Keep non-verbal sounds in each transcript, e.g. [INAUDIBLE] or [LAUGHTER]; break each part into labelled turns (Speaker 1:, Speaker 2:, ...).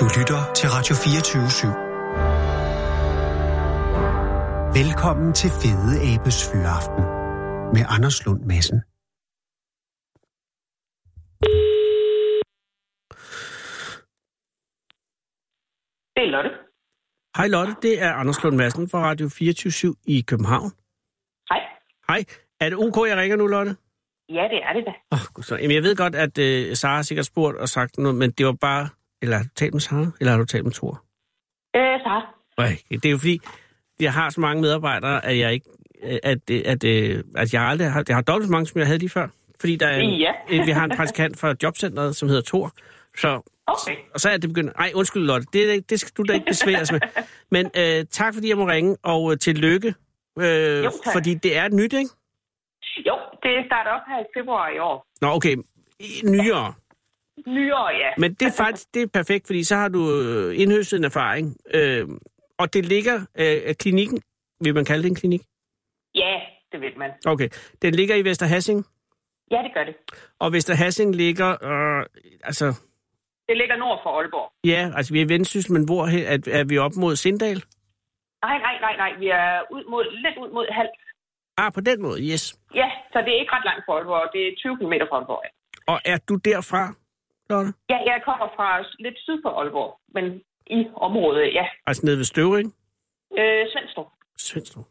Speaker 1: Du lytter til Radio 24 /7. Velkommen til Fede Abes Fyraften med Anders Lund Madsen.
Speaker 2: Det er Lotte.
Speaker 3: Hej Lotte, det er Anders Lund Madsen fra Radio 24 i København.
Speaker 2: Hej.
Speaker 3: Hej, er det OK, jeg ringer nu, Lotte?
Speaker 2: Ja, det er det da.
Speaker 3: Åh, oh, Jamen, jeg ved godt, at øh, Sara har sikkert spurgt og sagt noget, men det var bare... Eller har du talt med Sara, eller har du talt med Thor?
Speaker 2: Øh, Sara.
Speaker 3: Nej, det er jo fordi, jeg har så mange medarbejdere, at jeg ikke... At, at, at, øh, at jeg aldrig har... Jeg har dobbelt så mange, som jeg havde lige før. Fordi der er en,
Speaker 2: Ja.
Speaker 3: en, vi har en praktikant fra jobcentret, som hedder Thor. Så
Speaker 2: Okay.
Speaker 3: og så er det begyndt. Ej, undskyld Lotte, det, det skal du da ikke besværes med. Men øh, tak fordi jeg må ringe, og øh, tillykke. Øh,
Speaker 2: Jo, tak.
Speaker 3: fordi det er nyt, ikke?
Speaker 2: Jo, det starter op her i februar i år.
Speaker 3: Nå, okay. I- Nyere.
Speaker 2: Nyår, ja.
Speaker 3: Men det er faktisk det er perfekt, fordi så har du øh, indhøstet en erfaring. Øh, og det ligger øh, at klinikken, vil man kalde det en klinik?
Speaker 2: Ja, det ved man.
Speaker 3: Okay. Den ligger i Vesterhassing,
Speaker 2: Ja, det gør det.
Speaker 3: og Vesterhassing ligger, øh, altså,
Speaker 2: Det ligger nord for Aalborg.
Speaker 3: ja, altså vi er i Vendsyssel, men hvor er, er vi op mod Sindal?
Speaker 2: Nej, nej, nej, nej. Vi er ud mod, lidt ud mod halv.
Speaker 3: Ah, på den måde, yes.
Speaker 2: Ja, så det er ikke ret langt fra Aalborg. Det er 20 km fra Aalborg. ja.
Speaker 3: Og er du derfra, Lotte?
Speaker 2: Ja, jeg kommer fra lidt syd for Aalborg, men i området, ja.
Speaker 3: Altså nede ved Støvring?
Speaker 2: Øh, Svendstrup.
Speaker 3: Svendstrup.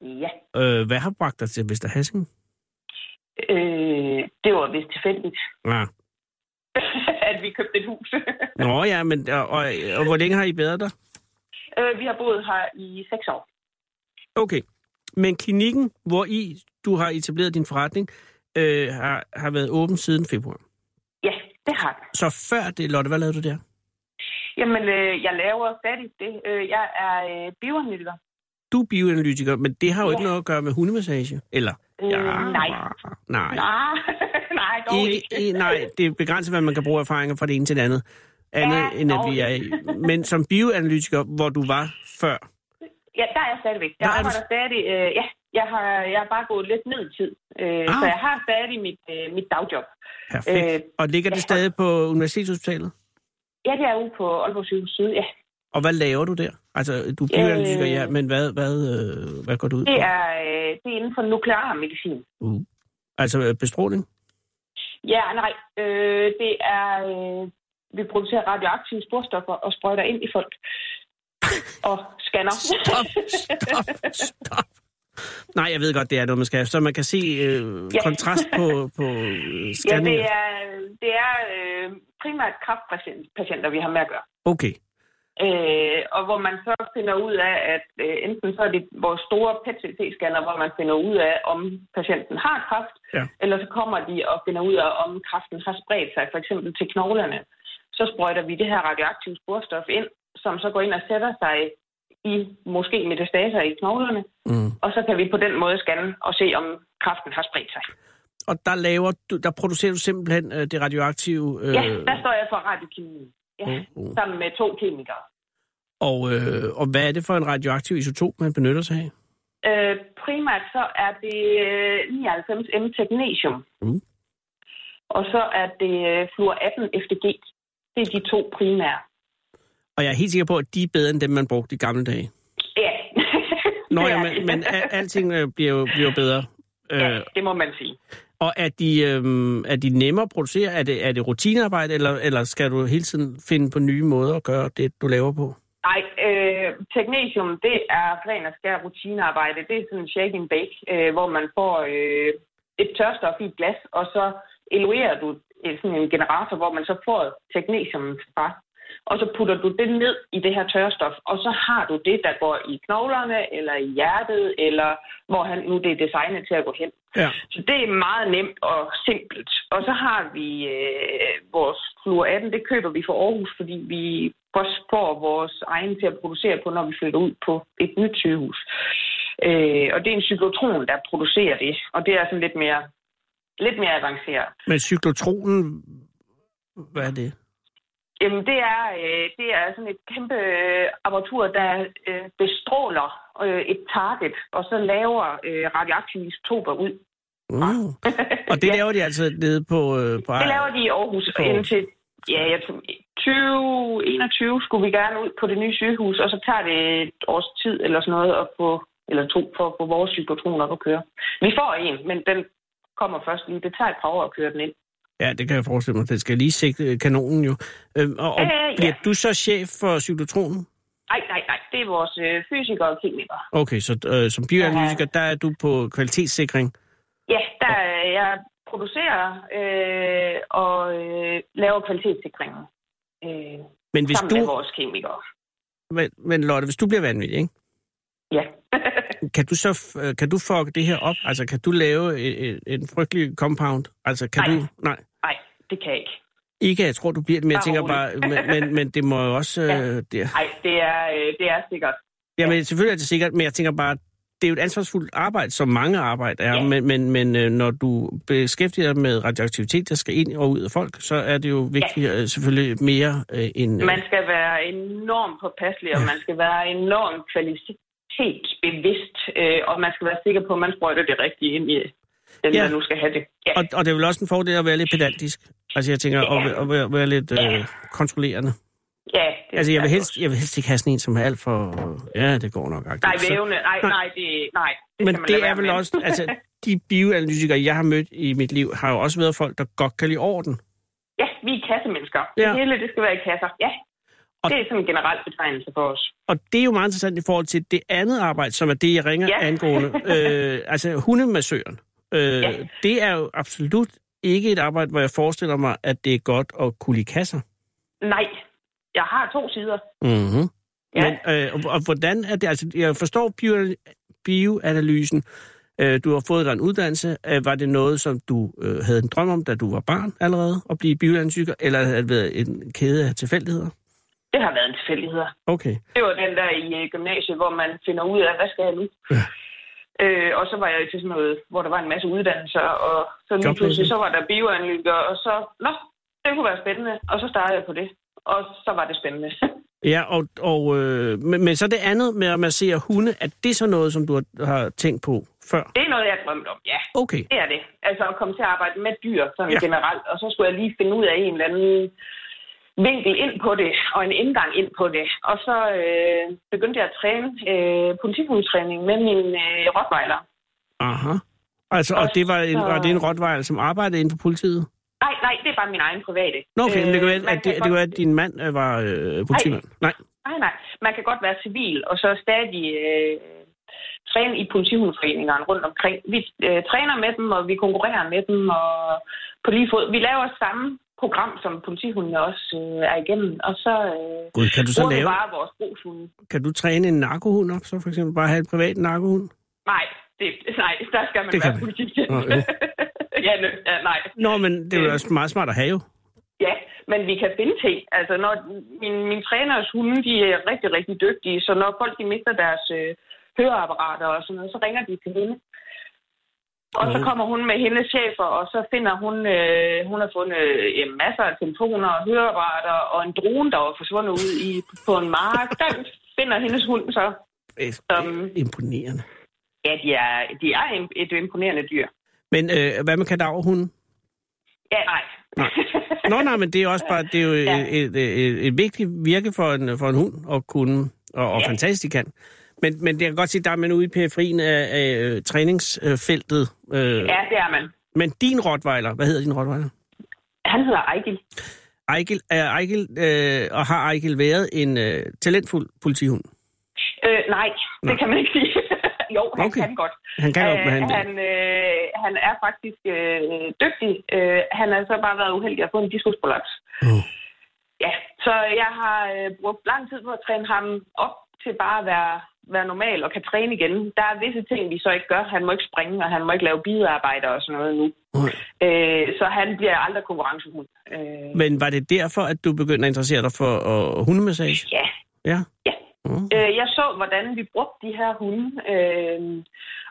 Speaker 2: Ja.
Speaker 3: Øh, hvad har bragt dig til Vester Hassing?
Speaker 2: Øh, det var vist tilfældigt, [LAUGHS]
Speaker 3: Ja.
Speaker 2: at vi købte et hus. [LAUGHS]
Speaker 3: Nå ja, men og, og, og, hvor længe har I været der?
Speaker 2: øh, vi har boet her i seks år.
Speaker 3: Okay. Men klinikken, hvor I, du har etableret din forretning, øh, har, har været åben siden februar.
Speaker 2: Ja, det har vi.
Speaker 3: Så før det, Lotte, hvad lavede du der?
Speaker 2: Jamen, øh, jeg laver stadig det. Øh, jeg er øh, bioanalytiker.
Speaker 3: Du er bioanalytiker, men det har jo ikke
Speaker 2: Ja.
Speaker 3: noget at gøre med hundemassage. Eller?
Speaker 2: Øh, nej.
Speaker 3: Nej.
Speaker 2: Nej, [LAUGHS] nej, dog
Speaker 3: Ikke,
Speaker 2: ikke.
Speaker 3: ikke. Nej, det er begrænset, hvad man kan bruge erfaringer fra det ene til det andet. Andet
Speaker 2: Ja,
Speaker 3: end at
Speaker 2: dog
Speaker 3: vi er...
Speaker 2: ikke.
Speaker 3: Men som bioanalytiker, hvor du var før,
Speaker 2: Ja, der er jeg stadigvæk. Jeg
Speaker 3: Der er du-
Speaker 2: arbejder stadig. Øh, ja, jeg har, jeg har bare gået lidt ned i tid. Øh,
Speaker 3: Ah.
Speaker 2: Så jeg har stadig mit, øh, mit dagjob.
Speaker 3: perfekt.
Speaker 2: Øh,
Speaker 3: og ligger det
Speaker 2: ja.
Speaker 3: stadig på Universitetshospitalet?
Speaker 2: Ja, det er ude på Aalborg Sygehus Syd, ja.
Speaker 3: Og hvad laver du der? Altså, du er bioanalytiker, ja, men hvad, hvad, øh, hvad går du ud
Speaker 2: Det
Speaker 3: på?
Speaker 2: er, øh, det er inden for nuklear medicin.
Speaker 3: Uh. Altså øh, bestråling?
Speaker 2: Ja, nej. Øh, det er... Øh, vi producerer radioaktive sporstoffer og sprøjter ind i
Speaker 3: [LAUGHS]
Speaker 2: folk. Og scanner.
Speaker 3: Stop, stop, stop. Nej, jeg ved godt, det er noget, man skal have. Så man kan se øh,
Speaker 2: Ja.
Speaker 3: kontrast på, på øh,
Speaker 2: [LAUGHS] Ja, det
Speaker 3: scanninger.
Speaker 2: er, det er øh, primært kræftpatienter, vi har med at gøre.
Speaker 3: Okay.
Speaker 2: Øh, og hvor man så finder ud af, at øh, enten så er det vores store PET-CT-scanner, hvor man finder ud af, om patienten har kræft,
Speaker 3: Ja.
Speaker 2: eller så kommer de og finder ud af, om kræften har spredt sig, for eksempel til knoglerne. Så sprøjter vi det her radioaktive sporstof ind, som så går ind og sætter sig i måske metastaser i knoglerne,
Speaker 3: Mm.
Speaker 2: og så kan vi på den måde scanne og se, om kræften har spredt sig.
Speaker 3: Og der, laver du, der producerer du simpelthen øh, det radioaktive... Øh,
Speaker 2: Ja, der står jeg for radiokemien. Ja,
Speaker 3: uh, uh.
Speaker 2: sammen med to kemikere.
Speaker 3: Og, øh, og hvad er det for en radioaktiv isotop, man benytter sig af?
Speaker 2: Øh, primært så er det øh, 99M technetium.
Speaker 3: Mm.
Speaker 2: Og så er det øh, fluor 18 FDG. Det er de to primære.
Speaker 3: Og jeg er helt sikker på, at de er bedre end dem, man brugte i gamle dage.
Speaker 2: Ja. [LAUGHS]
Speaker 3: Nå
Speaker 2: Det
Speaker 3: ja,
Speaker 2: er
Speaker 3: men,
Speaker 2: det.
Speaker 3: men al- alting øh, bliver jo bliver jo bedre.
Speaker 2: ja,
Speaker 3: Øh,
Speaker 2: det må man sige.
Speaker 3: og er de, øh, er de nemmere at producere? Er det, er det rutinearbejde, eller, eller skal du hele tiden finde på nye måder at gøre det, du laver på?
Speaker 2: Nej, øh, technetium, det er ren og skær rutinearbejde. Det er sådan en shake and bake, øh, hvor man får øh, et tørstof i et glas, og så eluerer du øh, sådan en generator, hvor man så får technetium fra. Og så putter du det ned i det her tørstof, og så har du det, der går i knoglerne, eller i hjertet, eller hvor han, nu det er designet til at gå hen.
Speaker 3: Ja.
Speaker 2: Så det er meget nemt og simpelt. Og så har vi øh, vores Fluor 18, det køber vi fra Aarhus, fordi vi også får vores egen til at producere på, når vi flytter ud på et nyt sygehus. Øh, og det er en cyklotron, der producerer det, og det er sådan lidt mere, lidt mere avanceret.
Speaker 3: Men cyklotronen, hvad er det?
Speaker 2: Jamen, det er, øh, det er sådan et kæmpe øh, apparatur, der øh, bestråler øh, et target, og så laver øh, radioaktive isotoper ud.
Speaker 3: Uh. Og det
Speaker 2: Ah. Ja. [LAUGHS]
Speaker 3: laver de altså nede på... Øh, på
Speaker 2: Det laver de i Aarhus
Speaker 3: På Aarhus.
Speaker 2: indtil, ja, jeg tror, 2021 skulle vi gerne ud på det nye sygehus, og så tager det et års tid eller sådan noget at få, eller to, for at få vores cyklotron op at køre. Vi får en, men den kommer først lige. Det tager et par år at køre den ind.
Speaker 3: Ja, det kan jeg forestille mig. Den skal lige sigte øh, kanonen jo. Øhm, og, og
Speaker 2: Øh, ja.
Speaker 3: bliver du så chef for cyklotronen?
Speaker 2: Nej, nej, nej. Det er vores øh, fysikere og kemikere.
Speaker 3: Okay, så øh, som bioanalytiker, der er du på kvalitetssikring.
Speaker 2: Ja, der øh, jeg producerer øh, og øh, laver kvalitetssikringen øh,
Speaker 3: Men hvis
Speaker 2: sammen med
Speaker 3: du,
Speaker 2: vores kemikere.
Speaker 3: men, men Lotte, hvis du bliver vanvittig, ikke?
Speaker 2: Ja.
Speaker 3: kan du så f- øh, kan du fuck det her op? Altså kan du lave en, en frygtelig compound? Altså kan
Speaker 2: Nej.
Speaker 3: du nej.
Speaker 2: Nej, det kan jeg ikke.
Speaker 3: Ikke, jeg tror, du bliver det, men jeg
Speaker 2: Bare
Speaker 3: tænker
Speaker 2: rolig.
Speaker 3: bare, men, men, men det må jo også...
Speaker 2: [LAUGHS] Ja.
Speaker 3: Øh, det,
Speaker 2: Nej, det er, øh, det er sikkert.
Speaker 3: jamen, selvfølgelig er det sikkert, men jeg tænker bare, det er jo et ansvarsfuldt arbejde, som mange arbejde er,
Speaker 2: Ja.
Speaker 3: men, men, men øh, når du beskæftiger dig med radioaktivitet, der skal ind og ud af folk, så er det jo vigtigt ja. selvfølgelig mere øh, end... Øh,
Speaker 2: Man skal være enormt påpasselig, og man skal være enormt kvalitetsbevidst, øh, og man skal være sikker på, at man sprøjter det rigtige ind i den,
Speaker 3: Ja.
Speaker 2: der nu skal have det. Ja,
Speaker 3: og, og det er vel også en fordel at være lidt pedantisk. Altså jeg tænker, at, at, være, at være lidt øh, kontrollerende.
Speaker 2: ja det
Speaker 3: Altså, jeg vil,
Speaker 2: er
Speaker 3: helst, jeg vil helst ikke have sådan en, som er alt for... Ja, det går nok. agtigt.
Speaker 2: Nej,
Speaker 3: Så-
Speaker 2: vævne. Nej, nej, det, nej. Det
Speaker 3: Men
Speaker 2: skal man lade
Speaker 3: det er
Speaker 2: være
Speaker 3: vel
Speaker 2: med.
Speaker 3: også... Altså, de bioanalytikere, jeg har mødt i mit liv, har jo også været folk, der godt kan lide orden.
Speaker 2: Ja, vi er kassemennesker.
Speaker 3: Ja.
Speaker 2: Ja. Det hele, det skal være i kasser. Ja,
Speaker 3: Og-
Speaker 2: og... det er sådan en generel betegnelse for os.
Speaker 3: Og det er jo meget interessant i forhold til det andet arbejde, som er det, jeg ringer ja.
Speaker 2: Ja. [LAUGHS]
Speaker 3: angående. Øh, altså, hundemassøren. Øh, ja.
Speaker 2: Ja.
Speaker 3: Det er jo absolut ikke et arbejde, hvor jeg forestiller mig, at det er godt at kunne lide kasser.
Speaker 2: Nej, jeg har to sider.
Speaker 3: Mm-hmm.
Speaker 2: Ja.
Speaker 3: Men, øh, og, og hvordan er det? Altså, jeg forstår bio, bioanalysen. Øh, du har fået dig en uddannelse. Øh, var det noget, som du øh, havde en drøm om, da du var barn allerede, at blive bioanalytiker? Eller har det været en kæde af tilfældigheder?
Speaker 2: Det har været en tilfældighed.
Speaker 3: Okay.
Speaker 2: Det var den der i øh, gymnasiet, hvor man finder ud af, hvad skal jeg nu?
Speaker 3: Ja.
Speaker 2: Øh, og så var jeg til sådan noget, hvor der var en masse uddannelser, og så lige
Speaker 3: Joblæsning.
Speaker 2: pludselig, så var der bioanalytiker, og så, nå, det kunne være spændende, og så startede jeg på det. Og så var det spændende. [LAUGHS]
Speaker 3: Ja, og, og, øh, men, men så det andet med at massere hunde, er det så noget, som du har, har tænkt på før?
Speaker 2: Det er noget, jeg drømte om, ja.
Speaker 3: Okay.
Speaker 2: Det er det. Altså at komme til at arbejde med dyr sådan
Speaker 3: Ja.
Speaker 2: ja. generelt, og så skulle jeg lige finde ud af en eller anden vinkel ind på det, og en indgang ind på det. Og så øh, begyndte jeg at træne øh, politifundstræning med min øh, rottweiler.
Speaker 3: Aha. Altså, og
Speaker 2: Og
Speaker 3: det var, en,
Speaker 2: så-
Speaker 3: var det en rottweiler, som arbejdede inden for politiet?
Speaker 2: Nej, nej, det er bare min egen private.
Speaker 3: Nå, okay, øh, men det kan
Speaker 2: Øh,
Speaker 3: være,
Speaker 2: man
Speaker 3: at det,
Speaker 2: kan
Speaker 3: det var,
Speaker 2: godt-
Speaker 3: at din mand øh, var øh, politimand. Nej.
Speaker 2: Nej, nej. Man kan godt være civil, og så stadig øh, træne i politihundforeningerne rundt omkring. Vi øh, træner med dem, og vi konkurrerer med dem, og på lige fod. Vi laver samme program, som politihundene også øh, er igennem, og så øh,
Speaker 3: Gud, kan du så
Speaker 2: bruger vi
Speaker 3: lave...
Speaker 2: bare vores brugshunde.
Speaker 3: Kan du træne en narkohund op, så for eksempel bare have en privat narkohund?
Speaker 2: Nej, det, nej, der skal man
Speaker 3: Det kan
Speaker 2: være
Speaker 3: man.
Speaker 2: politibetjent.
Speaker 3: Nå, jo.
Speaker 2: [LAUGHS] ja, nø, ja, nej.
Speaker 3: Nå, men det er jo
Speaker 2: Øh.
Speaker 3: også meget smart at have jo.
Speaker 2: Ja, men vi kan finde ting. Altså, når min, min træners hunde, de er rigtig, rigtig dygtige, så når folk de mister deres øh, høreapparater og sådan noget, så ringer de til hende. Og så
Speaker 3: Åh.
Speaker 2: kommer hun med hendes chefer, og så finder hun, øh, hun har fundet øh, ja, masser af telefoner og høreapparater, og en drone, der var forsvundet ud i, på en mark. Der finder hendes hund så.
Speaker 3: Øh,
Speaker 2: Som-
Speaker 3: Imponerende.
Speaker 2: Ja, de er, de er im- et imponerende dyr.
Speaker 3: Men øh, hvad med kadaverhunden?
Speaker 2: Ja, nej.
Speaker 3: Nej. Nå, nej, men det er også bare det er jo
Speaker 2: Ja.
Speaker 3: et, et, et, et vigtigt virke for en, for en hund at kunne, og, og
Speaker 2: Ja.
Speaker 3: fantastisk de kan. Men, men det kan godt sige, der er man ude i periferien af, af øh, træningsfeltet. Øh,
Speaker 2: [LAUGHS] ja, det er man.
Speaker 3: Men din rottweiler, hvad hedder din rottweiler?
Speaker 2: Han hedder Ejgil.
Speaker 3: Ejgil, er Ejgil, øh, og har Ejgil været en øh, talentfuld politihund?
Speaker 2: Øh, nej,
Speaker 3: Nej.
Speaker 2: det kan man ikke sige. [LAUGHS] jo, han
Speaker 3: Okay.
Speaker 2: okay. kan godt.
Speaker 3: Han kan jo,
Speaker 2: Øh,
Speaker 3: hvad han vil.
Speaker 2: han, øh, han er faktisk øh, dygtig. Øh, han har så bare været uheldig at få en diskusprolaps.
Speaker 3: Åh.
Speaker 2: Ja, så jeg har øh, brugt lang tid på at træne ham op til bare at være, være normal og kan træne igen. Der er visse ting, vi så ikke gør. Han må ikke springe, og han må ikke lave bidearbejder og sådan noget nu.
Speaker 3: Nej.
Speaker 2: Øh, så han bliver aldrig konkurrencehund. Øh,
Speaker 3: Men var det derfor, at du begyndte at interessere dig for øh, hundemassage?
Speaker 2: ja,
Speaker 3: Ja.
Speaker 2: Ja.
Speaker 3: Mm.
Speaker 2: Øh, jeg så, hvordan vi brugte de her hunde, øh,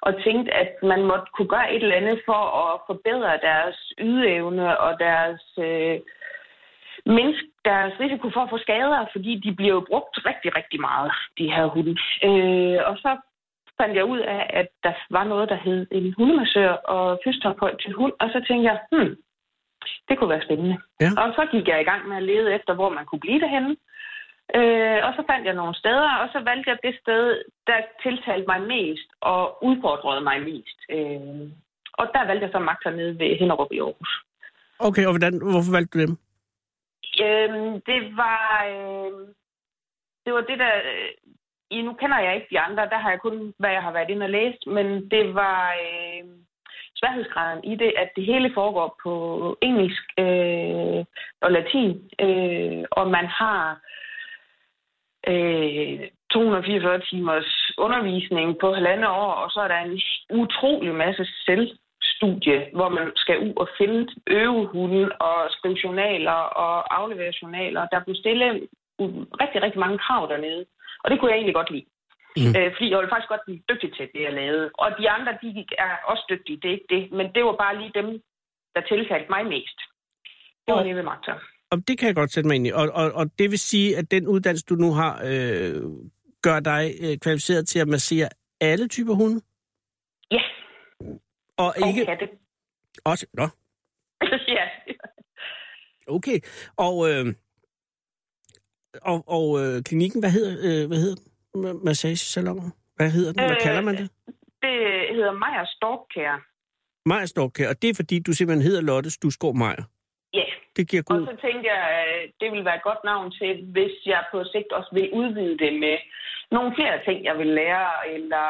Speaker 2: og tænkte, at man måtte kunne gøre et eller andet for at forbedre deres ydeevne og deres, øh, mindske deres risiko for at få skader, fordi de bliver jo brugt rigtig, rigtig meget, de her hunde. Øh, og så fandt jeg ud af, at der var noget, der hed en hundemassør og fysioterapeut til hund, og så tænkte jeg, hmm, Det kunne være spændende.
Speaker 3: Ja.
Speaker 2: Og så gik jeg i gang med at lede efter, hvor man kunne blive derhenne. Øh, og så fandt jeg nogle steder, og så valgte jeg det sted, der tiltalte mig mest og udfordrede mig mest. Øh, og der valgte jeg så magt nede ved Hinderup i Aarhus.
Speaker 3: Okay, og hvordan, hvorfor valgte du dem?
Speaker 2: Øhm, det var øh, det var det der. Øh, I- nu kender jeg ikke de andre, der har jeg kun hvad jeg har været inde og læst, men det var øh, sværhedsgraden i det, at det hele foregår på engelsk øh, og latin, øh, og man har øh, 244 timers undervisning på halvandet år, og så er der en utrolig masse selvstudie, hvor man skal ud og finde øvehunden og skrive journaler og aflevere journaler. Der blev stillet u- rigtig, rigtig mange krav dernede, og det kunne jeg egentlig godt lide.
Speaker 3: Mm.
Speaker 2: Mm. Øh, fordi jeg ville faktisk godt blive dygtig til det, jeg lavede. Og de andre, de er også dygtige, det er ikke det. Men det var bare lige dem, der tiltalte mig mest. Det var
Speaker 3: Og-
Speaker 2: nede ved Magter.
Speaker 3: Og det kan jeg godt sætte mig ind i. Og, og, og det vil sige, at den uddannelse, du nu har, øh, gør dig øh, kvalificeret til at massere alle typer hunde?
Speaker 2: Ja,
Speaker 3: Og
Speaker 2: og
Speaker 3: ikke...
Speaker 2: katte. [LAUGHS]
Speaker 3: Også, nå,
Speaker 2: ja,
Speaker 3: okay. Og, øh, og, og øh, klinikken, hvad hedder, øh, hvad hedder den? Ma- Massagesalonen? Hvad hedder den? Hvad
Speaker 2: Øh,
Speaker 3: kalder man det?
Speaker 2: Det hedder Meyer Storkær.
Speaker 3: Majer Storkær. Og det er fordi, du simpelthen hedder Lotte Stusgaard Majer.
Speaker 2: Ja,
Speaker 3: Det giver
Speaker 2: og
Speaker 3: god...
Speaker 2: så tænkte jeg, øh, det ville være et godt navn til, hvis jeg på sigt også vil udvide det med nogle flere ting, jeg vil lære, eller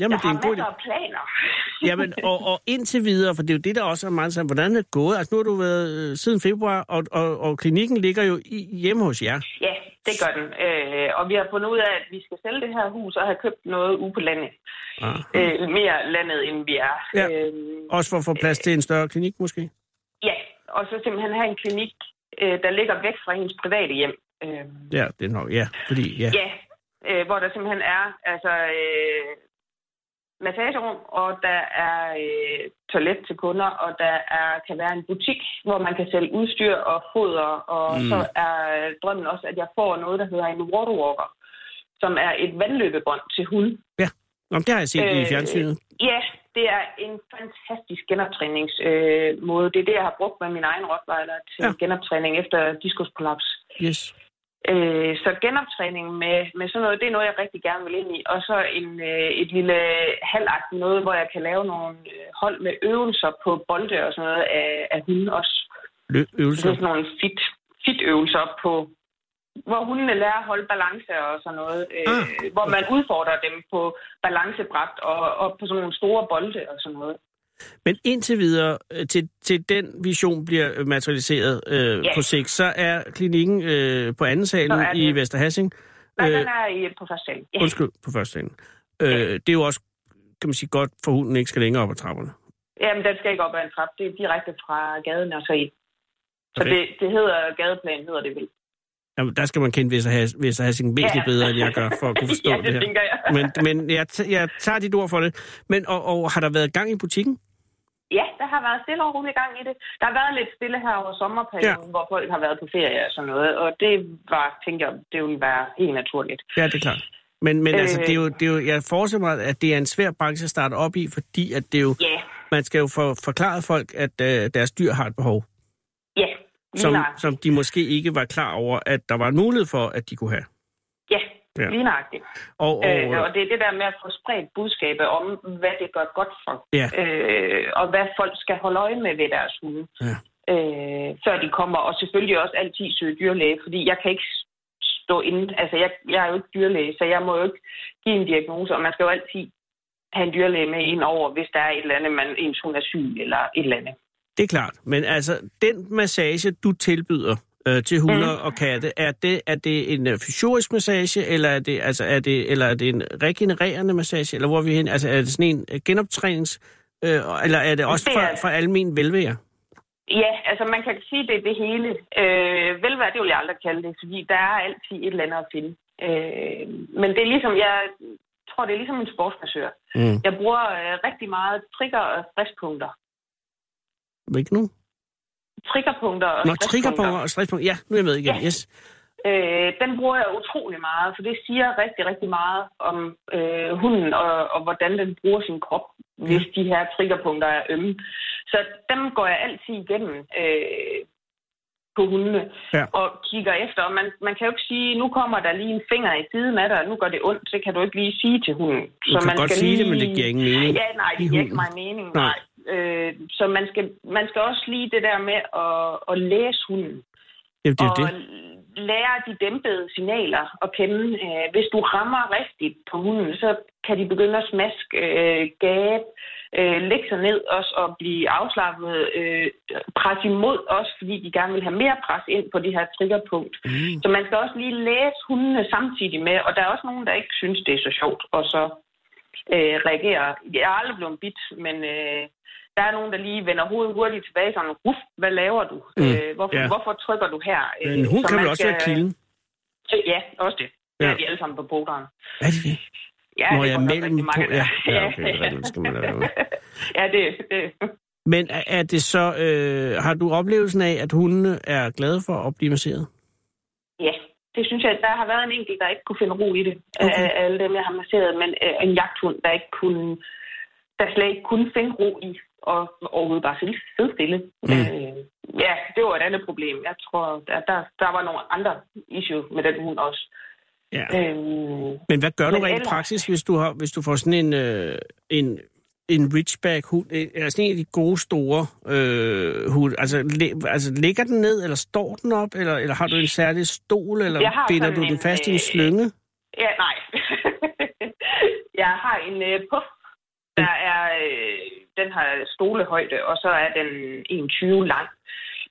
Speaker 3: Jamen,
Speaker 2: jeg
Speaker 3: det er en
Speaker 2: har
Speaker 3: god idé.
Speaker 2: masser af planer. [LAUGHS]
Speaker 3: Jamen, og, og indtil videre, for det er jo det, der også er meget sammen. Hvordan er det gået? Altså, nu har du været øh, siden februar, og, og, og klinikken ligger jo i, hjemme hos jer.
Speaker 2: Ja, det gør den. Øh, og vi har fundet ud af, at vi skal sælge det her hus og have købt noget ude på landet.
Speaker 3: Ah.
Speaker 2: Øh, mere landet, end vi er.
Speaker 3: Ja.
Speaker 2: Øh,
Speaker 3: Også for at få plads til en større klinik, måske?
Speaker 2: ja, og så simpelthen have en klinik, øh, der ligger væk fra hendes private hjem. Øh,
Speaker 3: Ja, det er nok, ja. Fordi, ja.
Speaker 2: Ja, øh, hvor der simpelthen er altså øh, massagerum, og der er øh, toilet til kunder, og der er, kan være en butik, hvor man kan sælge udstyr og foder, og
Speaker 3: Mm.
Speaker 2: mm. så er drømmen også, at jeg får noget, der hedder en waterwalker, som er et vandløbebånd til hund.
Speaker 3: Nå, men det har jeg set øh, i
Speaker 2: Øh,
Speaker 3: fjernsynet.
Speaker 2: Ja, det er en fantastisk genoptræningsmåde. Øh, måde. det er det, jeg har brugt med min egen rottweiler til
Speaker 3: Ja.
Speaker 2: ja. genoptræning efter diskuskollaps.
Speaker 3: Yes.
Speaker 2: Øh, så genoptræning med, med sådan noget, det er noget, jeg rigtig gerne vil ind i. Og så en, øh, et lille halvagtigt noget, hvor jeg kan lave nogle øh, hold med øvelser på bolde og sådan noget af, af hunden også. Så
Speaker 3: Lø-
Speaker 2: det er
Speaker 3: øvelser.
Speaker 2: sådan nogle fit, fit øvelser på, hvor hundene lærer at holde balance og sådan noget. Øh,
Speaker 3: Ah.
Speaker 2: Hvor man udfordrer dem på balancebræt og, og på sådan nogle store bolde og sådan noget.
Speaker 3: Men indtil videre, øh, til, til den vision bliver øh, materialiseret øh,
Speaker 2: Ja.
Speaker 3: på sigt, så er klinikken øh, på anden
Speaker 2: Så
Speaker 3: salen
Speaker 2: er
Speaker 3: i
Speaker 2: det-
Speaker 3: Vesterhassing.
Speaker 2: Nej, den er i, på første sal. Ja.
Speaker 3: Øh. Undskyld, på første salen. Øh, det er jo også, kan man sige, godt for hunden ikke skal længere op ad trapperne.
Speaker 2: Jamen, den skal ikke op ad en trappe. Det er direkte fra gaden og så i. Så
Speaker 3: Perfekt.
Speaker 2: det, det hedder, gadeplan hedder det vel.
Speaker 3: Jamen, der skal man kende Vesterhas- Vesterhassing væsentligt
Speaker 2: Ja.
Speaker 3: bedre, end jeg gør, for at kunne
Speaker 2: [LAUGHS]
Speaker 3: forstå
Speaker 2: ja,
Speaker 3: det,
Speaker 2: det
Speaker 3: her.
Speaker 2: tænker jeg.
Speaker 3: Men, men jeg, t- jeg tager dit ord for det. Men, og, og har der været gang i butikken?
Speaker 2: Ja, der har været stille og rolig gang i det. Der har været lidt stille her over sommerperioden, ja. hvor folk har været på ferie og sådan noget. Og det var, tænker jeg, det ville være helt naturligt.
Speaker 3: Ja, det er klart. Men, men øh... altså,
Speaker 2: Øh.
Speaker 3: det er jo, det er jo, jeg forestiller mig, at det er en svær branche at starte op i, fordi at det er jo,
Speaker 2: Ja,
Speaker 3: man skal jo for, forklare folk, at øh, deres dyr har et behov,
Speaker 2: ja. Lige
Speaker 3: som,
Speaker 2: nøjagtigt.
Speaker 3: som de måske ikke var klar over, at der var en mulighed for, at de kunne have.
Speaker 2: Ja,
Speaker 3: Ja.
Speaker 2: ja. lige nøjagtigt.
Speaker 3: Og, og,
Speaker 2: Øh, og
Speaker 3: øh,
Speaker 2: det er det der med at få spredt budskabet om, hvad det gør godt for.
Speaker 3: Ja.
Speaker 2: Øh, og hvad folk skal holde øje med ved deres hunde.
Speaker 3: Ja.
Speaker 2: Øh, før de kommer. Og selvfølgelig også altid søge dyrlæge, fordi jeg kan ikke stå inde. Altså, jeg, jeg er jo ikke dyrlæge, så jeg må jo ikke give en diagnose. Og man skal jo altid have en dyrlæge med ind over, hvis der er et eller andet, man ens hund er syg eller et eller andet.
Speaker 3: det er klart. Men altså, den massage, du tilbyder øh, til hunder mm. og katte, er det, er det en øh, fysiorisk massage, eller er det, altså, er det, eller er det en regenererende massage, eller hvor er vi hen? Altså, er det sådan en øh, genoptrænings... Øh, eller er det også
Speaker 2: Det
Speaker 3: for,
Speaker 2: er det.
Speaker 3: for almen velvære?
Speaker 2: Ja, altså man kan sige, det er det hele. Øh, velvære, det vil jeg aldrig kalde det, fordi der er altid et eller andet at finde. Øh, men det er ligesom, jeg tror, det er ligesom en sportsmassør.
Speaker 3: Mm.
Speaker 2: Jeg bruger øh, rigtig meget trigger og stresspunkter.
Speaker 3: Ikke nu?
Speaker 2: Triggerpunkter og
Speaker 3: Nå, triggerpunkter
Speaker 2: stresspunkter.
Speaker 3: og stresspunkter. Ja, nu er jeg med igen.
Speaker 2: Ja.
Speaker 3: Yes.
Speaker 2: Øh, den bruger jeg utrolig meget, for det siger rigtig, rigtig meget om øh, hunden og, og hvordan den bruger sin krop, hvis de her triggerpunkter er ømme. Så dem går jeg altid igennem øh, på hundene
Speaker 3: Ja.
Speaker 2: og kigger efter. Og man, man kan jo ikke sige, nu kommer der lige en finger i siden af dig, og nu gør det ondt. Det kan du ikke lige sige til hunden.
Speaker 3: Du kan godt sige det, men det giver ingen mening
Speaker 2: Ja, nej,
Speaker 3: i
Speaker 2: det giver
Speaker 3: hunden.
Speaker 2: ikke mig mening.
Speaker 3: Nej.
Speaker 2: Nej. nej. Øh, så man skal, man skal også lige det der med at, at læse hunden
Speaker 3: Jamen, det er
Speaker 2: og
Speaker 3: jo det.
Speaker 2: lære de dæmpede signaler at kende. Øh, Hvis du rammer rigtigt på hunden, så kan de begynde at smaske, øh, gabe, øh, lægge sig ned også og blive afslappet, øh, presse imod også, fordi de gerne vil have mere pres ind på det her triggerpunkt.
Speaker 3: Mm.
Speaker 2: Så man skal også lige læse hundene samtidig med, og der er også nogen, der ikke synes, det er så sjovt, og så øh, reagerer. Jeg er aldrig blevet bidt, men øh, der er nogen, der lige vender hovedet hurtigt tilbage, sådan, Ruf, hvad laver du?
Speaker 3: Mm,
Speaker 2: Mm. Øh, hvorfor,
Speaker 3: ja.
Speaker 2: yeah. hvorfor trykker du her? Øh,
Speaker 3: Men hun
Speaker 2: så
Speaker 3: kan
Speaker 2: man
Speaker 3: vel også være kilden.
Speaker 2: Øh, Ja, også det.
Speaker 3: Ja.
Speaker 2: Ja. Det er de alle sammen på pokeren.
Speaker 3: Er det det?
Speaker 2: Ja,
Speaker 3: Når
Speaker 2: det
Speaker 3: jeg
Speaker 2: er
Speaker 3: er
Speaker 2: godt nok rigtig
Speaker 3: mellem på...
Speaker 2: mange, der-
Speaker 3: Ja, ja okay,
Speaker 2: [LAUGHS]
Speaker 3: det er rigtigt, det skal man lade være med.
Speaker 2: ja, det, det.
Speaker 3: Men er, er det så, øh, har du oplevelsen af, at hundene er glade for at blive masseret?
Speaker 2: Ja, det synes jeg, der har været en enkelt, der ikke kunne finde ro i det.
Speaker 3: Okay.
Speaker 2: Okay. Af af alle dem, jeg har masseret, men øh, en jagthund, der ikke kunne, der slet ikke kunne finde ro i, og overhovedet bare sidde, sidde stille.
Speaker 3: Mm.
Speaker 2: Mm. Øh, ja, det var et andet problem. Jeg tror, der, der, der var nogle andre issue med den hund også.
Speaker 3: Ja.
Speaker 2: Øh,
Speaker 3: Men hvad gør du
Speaker 2: Men
Speaker 3: rent
Speaker 2: ellers-
Speaker 3: praksis, hvis du, har, hvis du får sådan en, øh, en, en ridgeback hund, øh, eller sådan en af de gode store øh, hund? Altså, læ- altså, ligger den ned, eller står den op, eller, eller har du en særlig stol,
Speaker 2: Jeg
Speaker 3: eller
Speaker 2: har
Speaker 3: binder
Speaker 2: sådan
Speaker 3: du den
Speaker 2: en,
Speaker 3: fast i en
Speaker 2: øh,
Speaker 3: slynge?
Speaker 2: Ja, nej. [LAUGHS] jeg har en øh, puff, der er, øh, den har stolehøjde, og så er den 21 lang.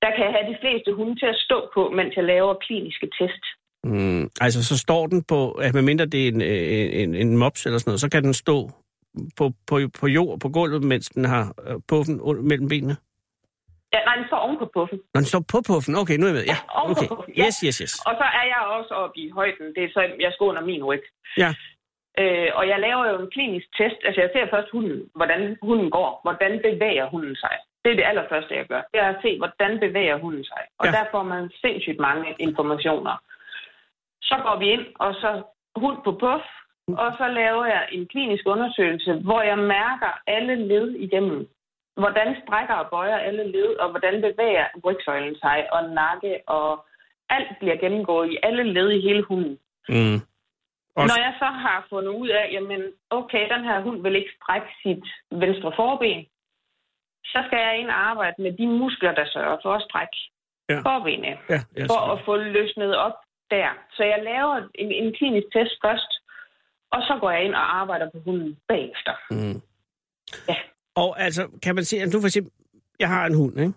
Speaker 2: Der kan jeg have de fleste hunde til at stå på, mens jeg laver kliniske test.
Speaker 3: Mm, altså, så står den på, at medmindre det er en, øh, en, en mops eller sådan noget, så kan den stå på, på, på jord, på gulvet, mens den har øh, puffen under- mellem benene?
Speaker 2: Ja, nej, den står oven på puffen.
Speaker 3: Når den står på puffen, okay, nu er jeg med. Ja,
Speaker 2: oven på
Speaker 3: okay.
Speaker 2: puffen, ja.
Speaker 3: Yes, yes, yes.
Speaker 2: Og så er jeg også oppe i højden. Det er så, jeg skåner min ryg.
Speaker 3: Ja.
Speaker 2: Øh, og jeg laver jo en klinisk test. Altså, jeg ser først hunden, hvordan hunden går. Hvordan bevæger hunden sig? Det er det allerførste, jeg gør. Det er at se, hvordan bevæger hunden sig. Og
Speaker 3: Ja.
Speaker 2: ja. der får man sindssygt mange informationer. Så går vi ind, og så hund på puff. Og så laver jeg en klinisk undersøgelse, hvor jeg mærker alle led igennem. Hvordan strækker og bøjer alle led, og hvordan bevæger rygsøjlen sig, og nakke, og alt bliver gennemgået i alle led i hele hunden.
Speaker 3: Mm. Og-
Speaker 2: Også. Når jeg så har fundet ud af, jamen okay, den her hund vil ikke strække sit venstre forben, så skal jeg ind og arbejde med de muskler, der sørger for at strække
Speaker 3: Ja.
Speaker 2: ja. forbenet,
Speaker 3: Ja, ja,
Speaker 2: for at få løsnet op der. Så jeg laver en, en klinisk test først, og så går jeg ind og arbejder på hunden bagefter.
Speaker 3: Mm.
Speaker 2: Ja.
Speaker 3: Og altså, kan man se, at nu for eksempel, jeg har en hund, ikke?